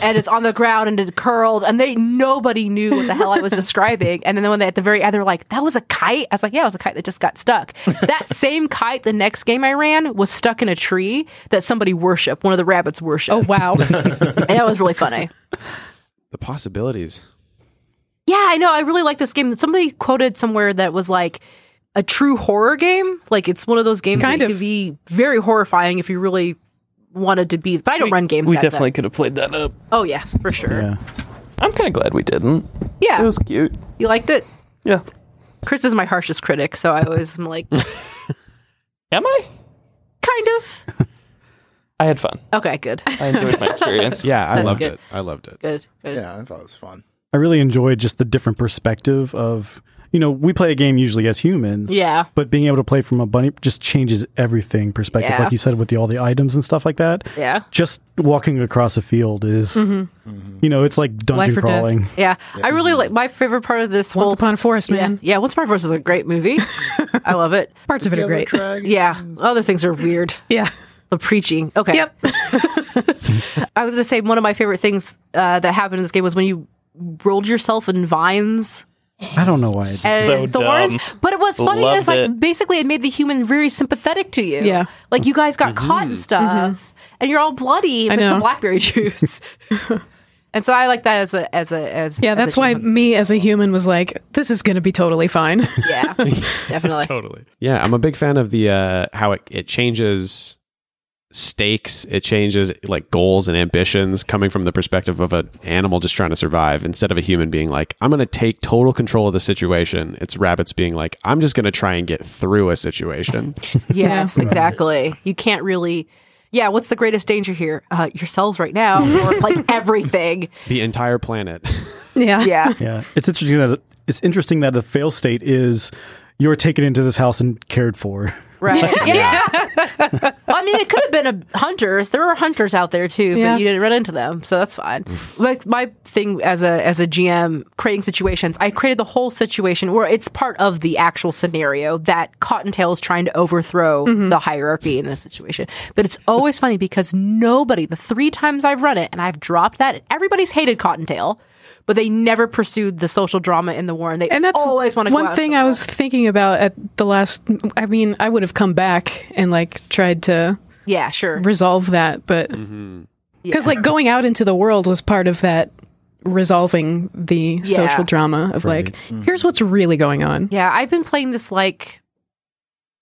Speaker 1: and it's on the ground and it's curled and they nobody knew what the hell I was describing and then when they at the very end they were like that was a kite I was like yeah it was a kite that just got stuck that same kite the next game I ran was stuck in a tree that somebody worshipped one of the rabbits worshipped
Speaker 4: Oh wow.
Speaker 1: and that was really funny
Speaker 5: The possibilities.
Speaker 1: Yeah, I know. I really like this game. Somebody quoted somewhere that was like a true horror game. Like it's one of those games
Speaker 4: Kind
Speaker 1: that
Speaker 4: of.
Speaker 1: could be very horrifying if you really wanted to be. But I don't run games.
Speaker 6: We
Speaker 1: that
Speaker 6: definitely could have played that up.
Speaker 1: Good. Oh yes, for sure. Yeah,
Speaker 2: yeah.
Speaker 6: I'm kind of glad we didn't. It was cute.
Speaker 1: you liked it.
Speaker 6: Yeah.
Speaker 1: Chris is my harshest critic, so I always am like,
Speaker 6: Am I?
Speaker 1: kind of.
Speaker 6: I had fun.
Speaker 1: Okay, good,
Speaker 6: I enjoyed my experience.
Speaker 5: Yeah, I
Speaker 1: That's
Speaker 5: loved
Speaker 1: good.
Speaker 5: it. I loved it.
Speaker 1: good, good.
Speaker 7: yeah, I thought it was fun.
Speaker 2: I really enjoyed just the different perspective of you know, we play a game usually as humans.
Speaker 1: Yeah.
Speaker 2: But being able to play from a bunny just changes everything perspective.
Speaker 1: Yeah.
Speaker 2: Like you said, with the, all the items and stuff like that.
Speaker 1: Yeah.
Speaker 2: Just walking across a field is, you know, it's like dungeon
Speaker 4: Life or death.
Speaker 2: crawling.
Speaker 1: Yeah. I really like my favorite part of this
Speaker 4: Once
Speaker 1: whole
Speaker 4: Upon a Forest,
Speaker 1: yeah.
Speaker 4: man.
Speaker 1: Yeah, Once Upon a Forest is a great movie. I love it.
Speaker 4: Parts of it are
Speaker 7: Yellow
Speaker 4: great.
Speaker 7: dragon.
Speaker 1: Yeah. Other things are weird.
Speaker 4: Yeah.
Speaker 1: The preaching. Okay.
Speaker 4: Yep.
Speaker 1: I was going to say one of my favorite things uh, that happened in this game was when you rolled yourself in vines
Speaker 2: I don't know why. I did
Speaker 1: and
Speaker 6: So
Speaker 1: the
Speaker 6: dumb.
Speaker 1: words. But it was funny
Speaker 6: Loved
Speaker 1: is like
Speaker 6: it.
Speaker 1: basically it made the human very sympathetic to you.
Speaker 4: Yeah.
Speaker 1: like you guys got
Speaker 6: Mm-hmm.
Speaker 1: caught and stuff, and you're all bloody, but it's a
Speaker 4: know.
Speaker 1: blackberry juice. and so I like that as a as a as
Speaker 4: Yeah,
Speaker 1: as
Speaker 4: that's
Speaker 1: a
Speaker 4: why
Speaker 1: achievement.
Speaker 4: me as a human was like, this is going to be totally fine.
Speaker 1: Yeah, definitely.
Speaker 5: totally. Yeah, I'm a big fan of the uh, how it, it changes stakes, it changes like goals and ambitions coming from the perspective of an animal just trying to survive instead of a human being like, I'm going to take total control of the situation. It's rabbits being like, I'm just going to try and get through a situation.
Speaker 1: Yes, exactly. You can't really. Yeah, what's the greatest danger here? Uh, yourselves right now, or like everything.
Speaker 5: the entire planet.
Speaker 4: yeah.
Speaker 1: Yeah,
Speaker 2: Yeah, it's interesting that it's interesting that the fail state is you were taken into this house and cared for.
Speaker 1: right. Yeah. I mean, it could have been a hunters. There were hunters out there too,
Speaker 4: Yeah.
Speaker 1: but you didn't run into them, so that's fine. Like my thing as a as a GM creating situations, I created the whole situation where it's part of the actual scenario that Cottontail is trying to overthrow
Speaker 4: Mm-hmm.
Speaker 1: the hierarchy in this situation. But it's always funny because nobody, the three times I've run it and I've dropped that, everybody's hated Cottontail. But they never pursued the social drama in the war, and they
Speaker 4: And that's
Speaker 1: always want to.
Speaker 4: one thing I was thinking about at the last. I mean, I would have come back and like tried to
Speaker 1: yeah, sure,
Speaker 4: resolve that, but
Speaker 7: Mm-hmm.
Speaker 4: because like going out into the world was part of that resolving the
Speaker 1: Yeah. Mm-hmm.
Speaker 4: social drama of like, here's what's really going on.
Speaker 1: Yeah, I've been playing this like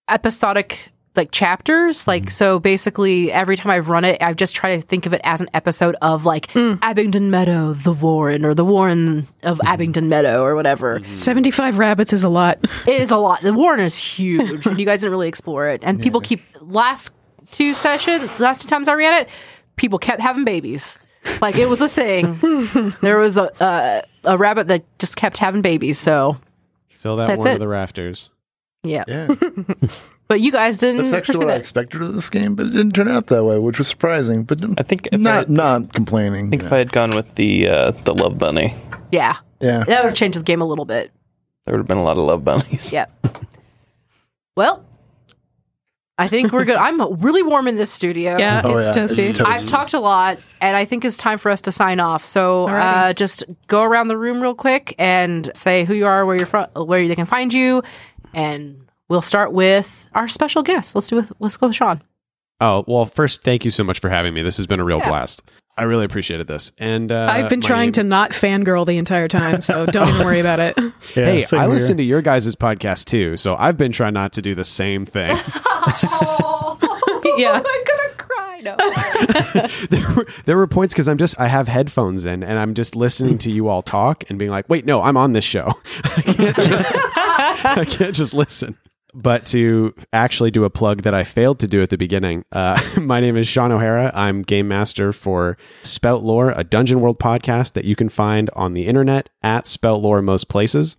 Speaker 1: episodic like chapters. Like so basically every time I've run it, I've just tried to think of it as an episode of like Abingdon Meadow, the Warren, or the Warren of Abingdon Meadow or whatever.
Speaker 4: Mm-hmm. Seventy-five rabbits is a lot.
Speaker 1: It is a lot. The Warren is huge. and you guys didn't really explore it. And people keep last two sessions, last two times I ran it, people kept having babies. Like it was a thing. there was a, a a rabbit that just kept having babies. So
Speaker 5: Fill that
Speaker 1: That's
Speaker 5: one
Speaker 1: it.
Speaker 5: of the rafters.
Speaker 1: yeah,
Speaker 7: Yeah.
Speaker 1: but you guys didn't
Speaker 7: That's actually
Speaker 1: pursue
Speaker 7: what I
Speaker 1: that.
Speaker 7: expected of this game, but it didn't turn out that way, which was surprising. But
Speaker 6: I think if
Speaker 7: not
Speaker 6: I, I
Speaker 7: not complaining.
Speaker 6: think
Speaker 7: you
Speaker 6: if I had gone with the uh, the love bunny,
Speaker 1: yeah,
Speaker 7: know. yeah.
Speaker 1: That would have changed the game a little bit.
Speaker 6: there would have been a lot of love bunnies.
Speaker 1: Yep. Well, I think we're good. I'm really warm in this studio.
Speaker 4: Yeah,
Speaker 7: Oh,
Speaker 4: it's
Speaker 7: yeah, it's
Speaker 4: toasty.
Speaker 7: toasty.
Speaker 1: I've talked a lot, and I think it's time for us to sign off. So uh,
Speaker 4: Alrighty.
Speaker 1: just go around the room real quick and say who you are, where you're from, where they can find you, and we'll start with our special guest. Let's do. With, let's go, with Sean.
Speaker 5: Oh, well, first, thank you so much for having me. This has been a real
Speaker 1: Yeah.
Speaker 5: blast. I really appreciated this. And uh,
Speaker 4: I've been
Speaker 5: my
Speaker 4: trying
Speaker 5: name-
Speaker 4: to not fangirl the entire time, so don't even worry about it.
Speaker 2: Yeah,
Speaker 5: Hey,
Speaker 2: same
Speaker 5: I
Speaker 2: here.
Speaker 5: listen to your guys' podcast too, so I've been trying not to do the same thing.
Speaker 1: Oh,
Speaker 4: Yeah.
Speaker 1: I'm gonna cry. No.
Speaker 5: there were there were points because I'm just I have headphones in and I'm just listening to you all talk and being like, wait, no, I'm on this show. I can't just I can't just listen. But to actually do a plug that I failed to do at the beginning, uh, my name is Sean O'Hara. I'm game master for Spout Lore, a Dungeon World podcast that you can find on the internet at Spout Lore most places.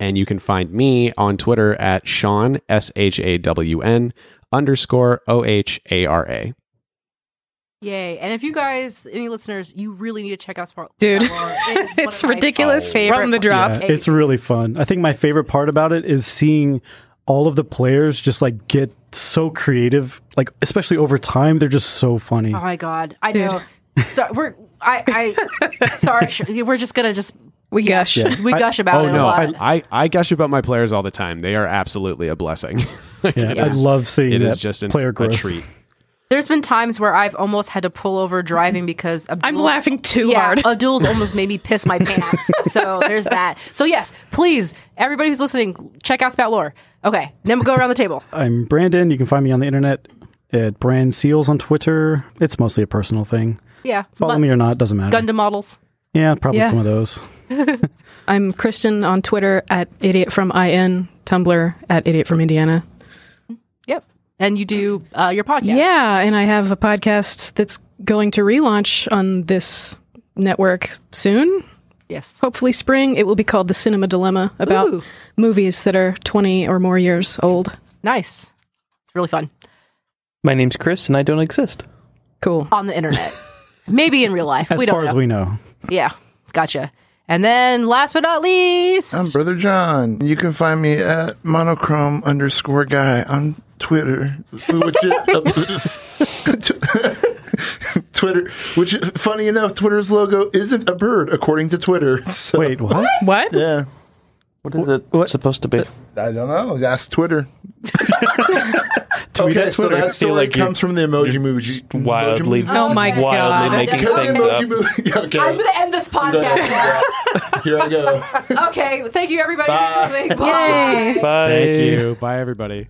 Speaker 5: And you can find me on Twitter at Sean, S H A W N underscore O H A R A.
Speaker 1: Yay! And if you guys, any listeners, you really need to check out Smart
Speaker 4: Dude.
Speaker 1: It is one
Speaker 4: it's
Speaker 1: of my
Speaker 4: ridiculous
Speaker 1: favorite
Speaker 4: from the drop.
Speaker 2: Yeah, it's really fun. I think my favorite part about it is seeing all of the players just like get so creative, like especially over time. They're just so funny.
Speaker 1: Oh my god, I
Speaker 4: Dude.
Speaker 1: know. So we're I I sorry, sh- we're just gonna just
Speaker 4: We gush.
Speaker 1: we gush about
Speaker 5: oh
Speaker 1: it
Speaker 5: no
Speaker 1: a lot.
Speaker 5: I, I I gush about my players all the time they are absolutely a blessing Like,
Speaker 2: yeah,
Speaker 5: it
Speaker 2: I
Speaker 5: is-
Speaker 2: love seeing
Speaker 5: it
Speaker 2: that
Speaker 5: is just an,
Speaker 2: player
Speaker 5: a
Speaker 2: growth.
Speaker 5: treat
Speaker 1: There's been times where I've almost had to pull over driving because Abdul,
Speaker 4: I'm laughing too
Speaker 1: yeah,
Speaker 4: hard.
Speaker 1: Abdul's almost made me piss my pants. So there's that. So yes, please, everybody who's listening, check out Spout Lore. Okay, then we'll go around the table.
Speaker 2: I'm Brandon. You can find me on the internet at Brand Seals on Twitter. It's mostly a personal thing.
Speaker 1: Yeah,
Speaker 2: Follow
Speaker 1: Lu-
Speaker 2: me or not, doesn't matter.
Speaker 1: Gundam models.
Speaker 2: Yeah, probably
Speaker 4: Yeah.
Speaker 2: some of those.
Speaker 4: I'm Kristen on Twitter at idiot from IN, Tumblr at idiot from Indiana.
Speaker 1: Yep, and you do uh, your podcast.
Speaker 4: Yeah. and I have a podcast that's going to relaunch on this network soon
Speaker 1: Yes.
Speaker 4: Hopefully, spring. It will be called the Cinema Dilemma about
Speaker 1: Ooh.
Speaker 4: movies that are 20 or more years old.
Speaker 1: Nice. It's really fun
Speaker 6: My name's Chris, and I don't exist.
Speaker 4: Cool.
Speaker 1: on the internet. Maybe in real life.
Speaker 2: As
Speaker 1: we don't
Speaker 2: far
Speaker 1: know.
Speaker 2: as we know.
Speaker 1: yeah. Gotcha. And then last but not least,
Speaker 7: I'm Brother John. You can find me at monochrome underscore guy on Twitter, which is- Twitter, which funny enough, Twitter's logo isn't a bird according to Twitter. So,
Speaker 2: Wait, what?
Speaker 4: What?
Speaker 7: yeah,
Speaker 6: What is it
Speaker 2: what-
Speaker 6: supposed to be?
Speaker 7: I don't know. Ask Twitter.
Speaker 2: Tweet
Speaker 7: okay,
Speaker 2: at
Speaker 7: so
Speaker 2: Twitter.
Speaker 7: that
Speaker 6: feel
Speaker 7: story
Speaker 6: like you-
Speaker 7: comes from the emoji movie. She's-
Speaker 6: Wildly,
Speaker 7: Emoji
Speaker 4: Oh my
Speaker 6: wildly
Speaker 4: God.
Speaker 6: making
Speaker 7: Because
Speaker 6: things
Speaker 7: emoji
Speaker 6: up.
Speaker 7: movie. Yeah, okay.
Speaker 1: I'm going to end this
Speaker 7: Go
Speaker 1: podcast.
Speaker 7: ahead. Here I go.
Speaker 1: okay. Thank you, everybody.
Speaker 7: Bye.
Speaker 1: Thanks for listening. Bye.
Speaker 6: Bye.
Speaker 5: Thank you. Bye, everybody.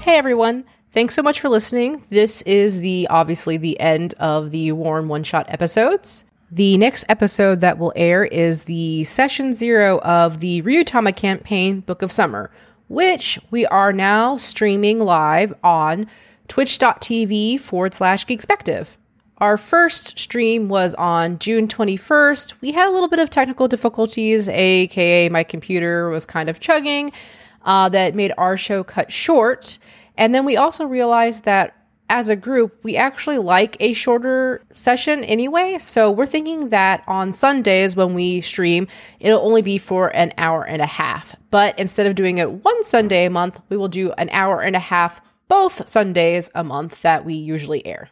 Speaker 1: Hey everyone. Thanks so much for listening. This is the obviously the end of the Warren one shot episodes. The next episode that will air is the session zero of the Ryutama campaign Book of Summer, which we are now streaming live on twitch.tv forward slash geekspective. Our first stream was on June 21st. We had a little bit of technical difficulties, aka my computer was kind of chugging, uh, that made our show cut short. And then we also realized that as a group, we actually like a shorter session anyway. So we're thinking that on Sundays when we stream, it'll only be for an hour and a half. But instead of doing it one Sunday a month, we will do an hour and a half both Sundays a month that we usually air.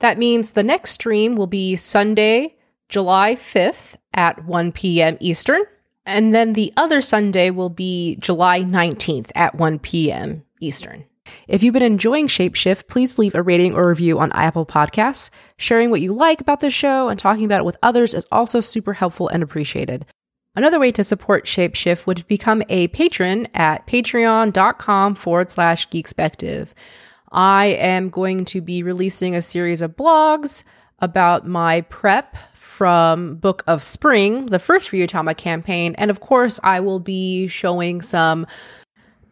Speaker 1: That means the next stream will be Sunday, July 5th at 1 p.m. Eastern. And then the other Sunday will be July 19th at 1 p.m. Eastern. If you've been enjoying Shapeshift, please leave a rating or review on Apple Podcasts. Sharing what you like about the show and talking about it with others is also super helpful and appreciated. Another way to support Shapeshift would become a patron at patreon.com forward slash geekspective. I am going to be releasing a series of blogs about my prep from Book of Spring, the first Ryutama campaign. And of course, I will be showing some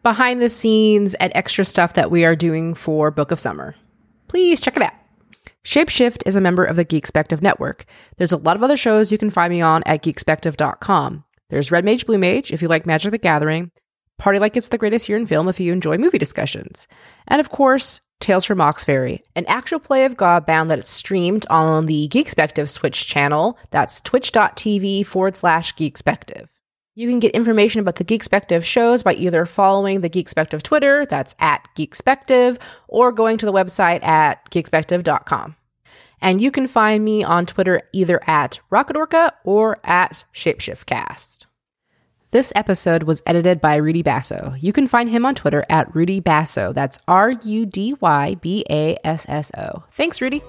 Speaker 1: behind the scenes and extra stuff that we are doing for Book of Summer. Please check it out. Shapeshift is a member of the Geekspective Network. There's a lot of other shows you can find me on at geekspective.com. There's Red Mage, Blue Mage if you like Magic the Gathering, Party Like It's the Greatest Year in Film if you enjoy movie discussions, and of course, Tales from Oxferry, an actual play of Godbound that is streamed on the Geekspective Twitch channel. That's twitch.tv forward slash geekspective. You can get information about the Geekspective shows by either following the Geekspective Twitter, that's at Geekspective, or going to the website at geekspective.com. And you can find me on Twitter either at RocketOrca or at ShapeshiftCast. This episode was edited by Rudy Basso. You can find him on Twitter at Rudy Basso. That's R U D Y B A S S O. Thanks, Rudy.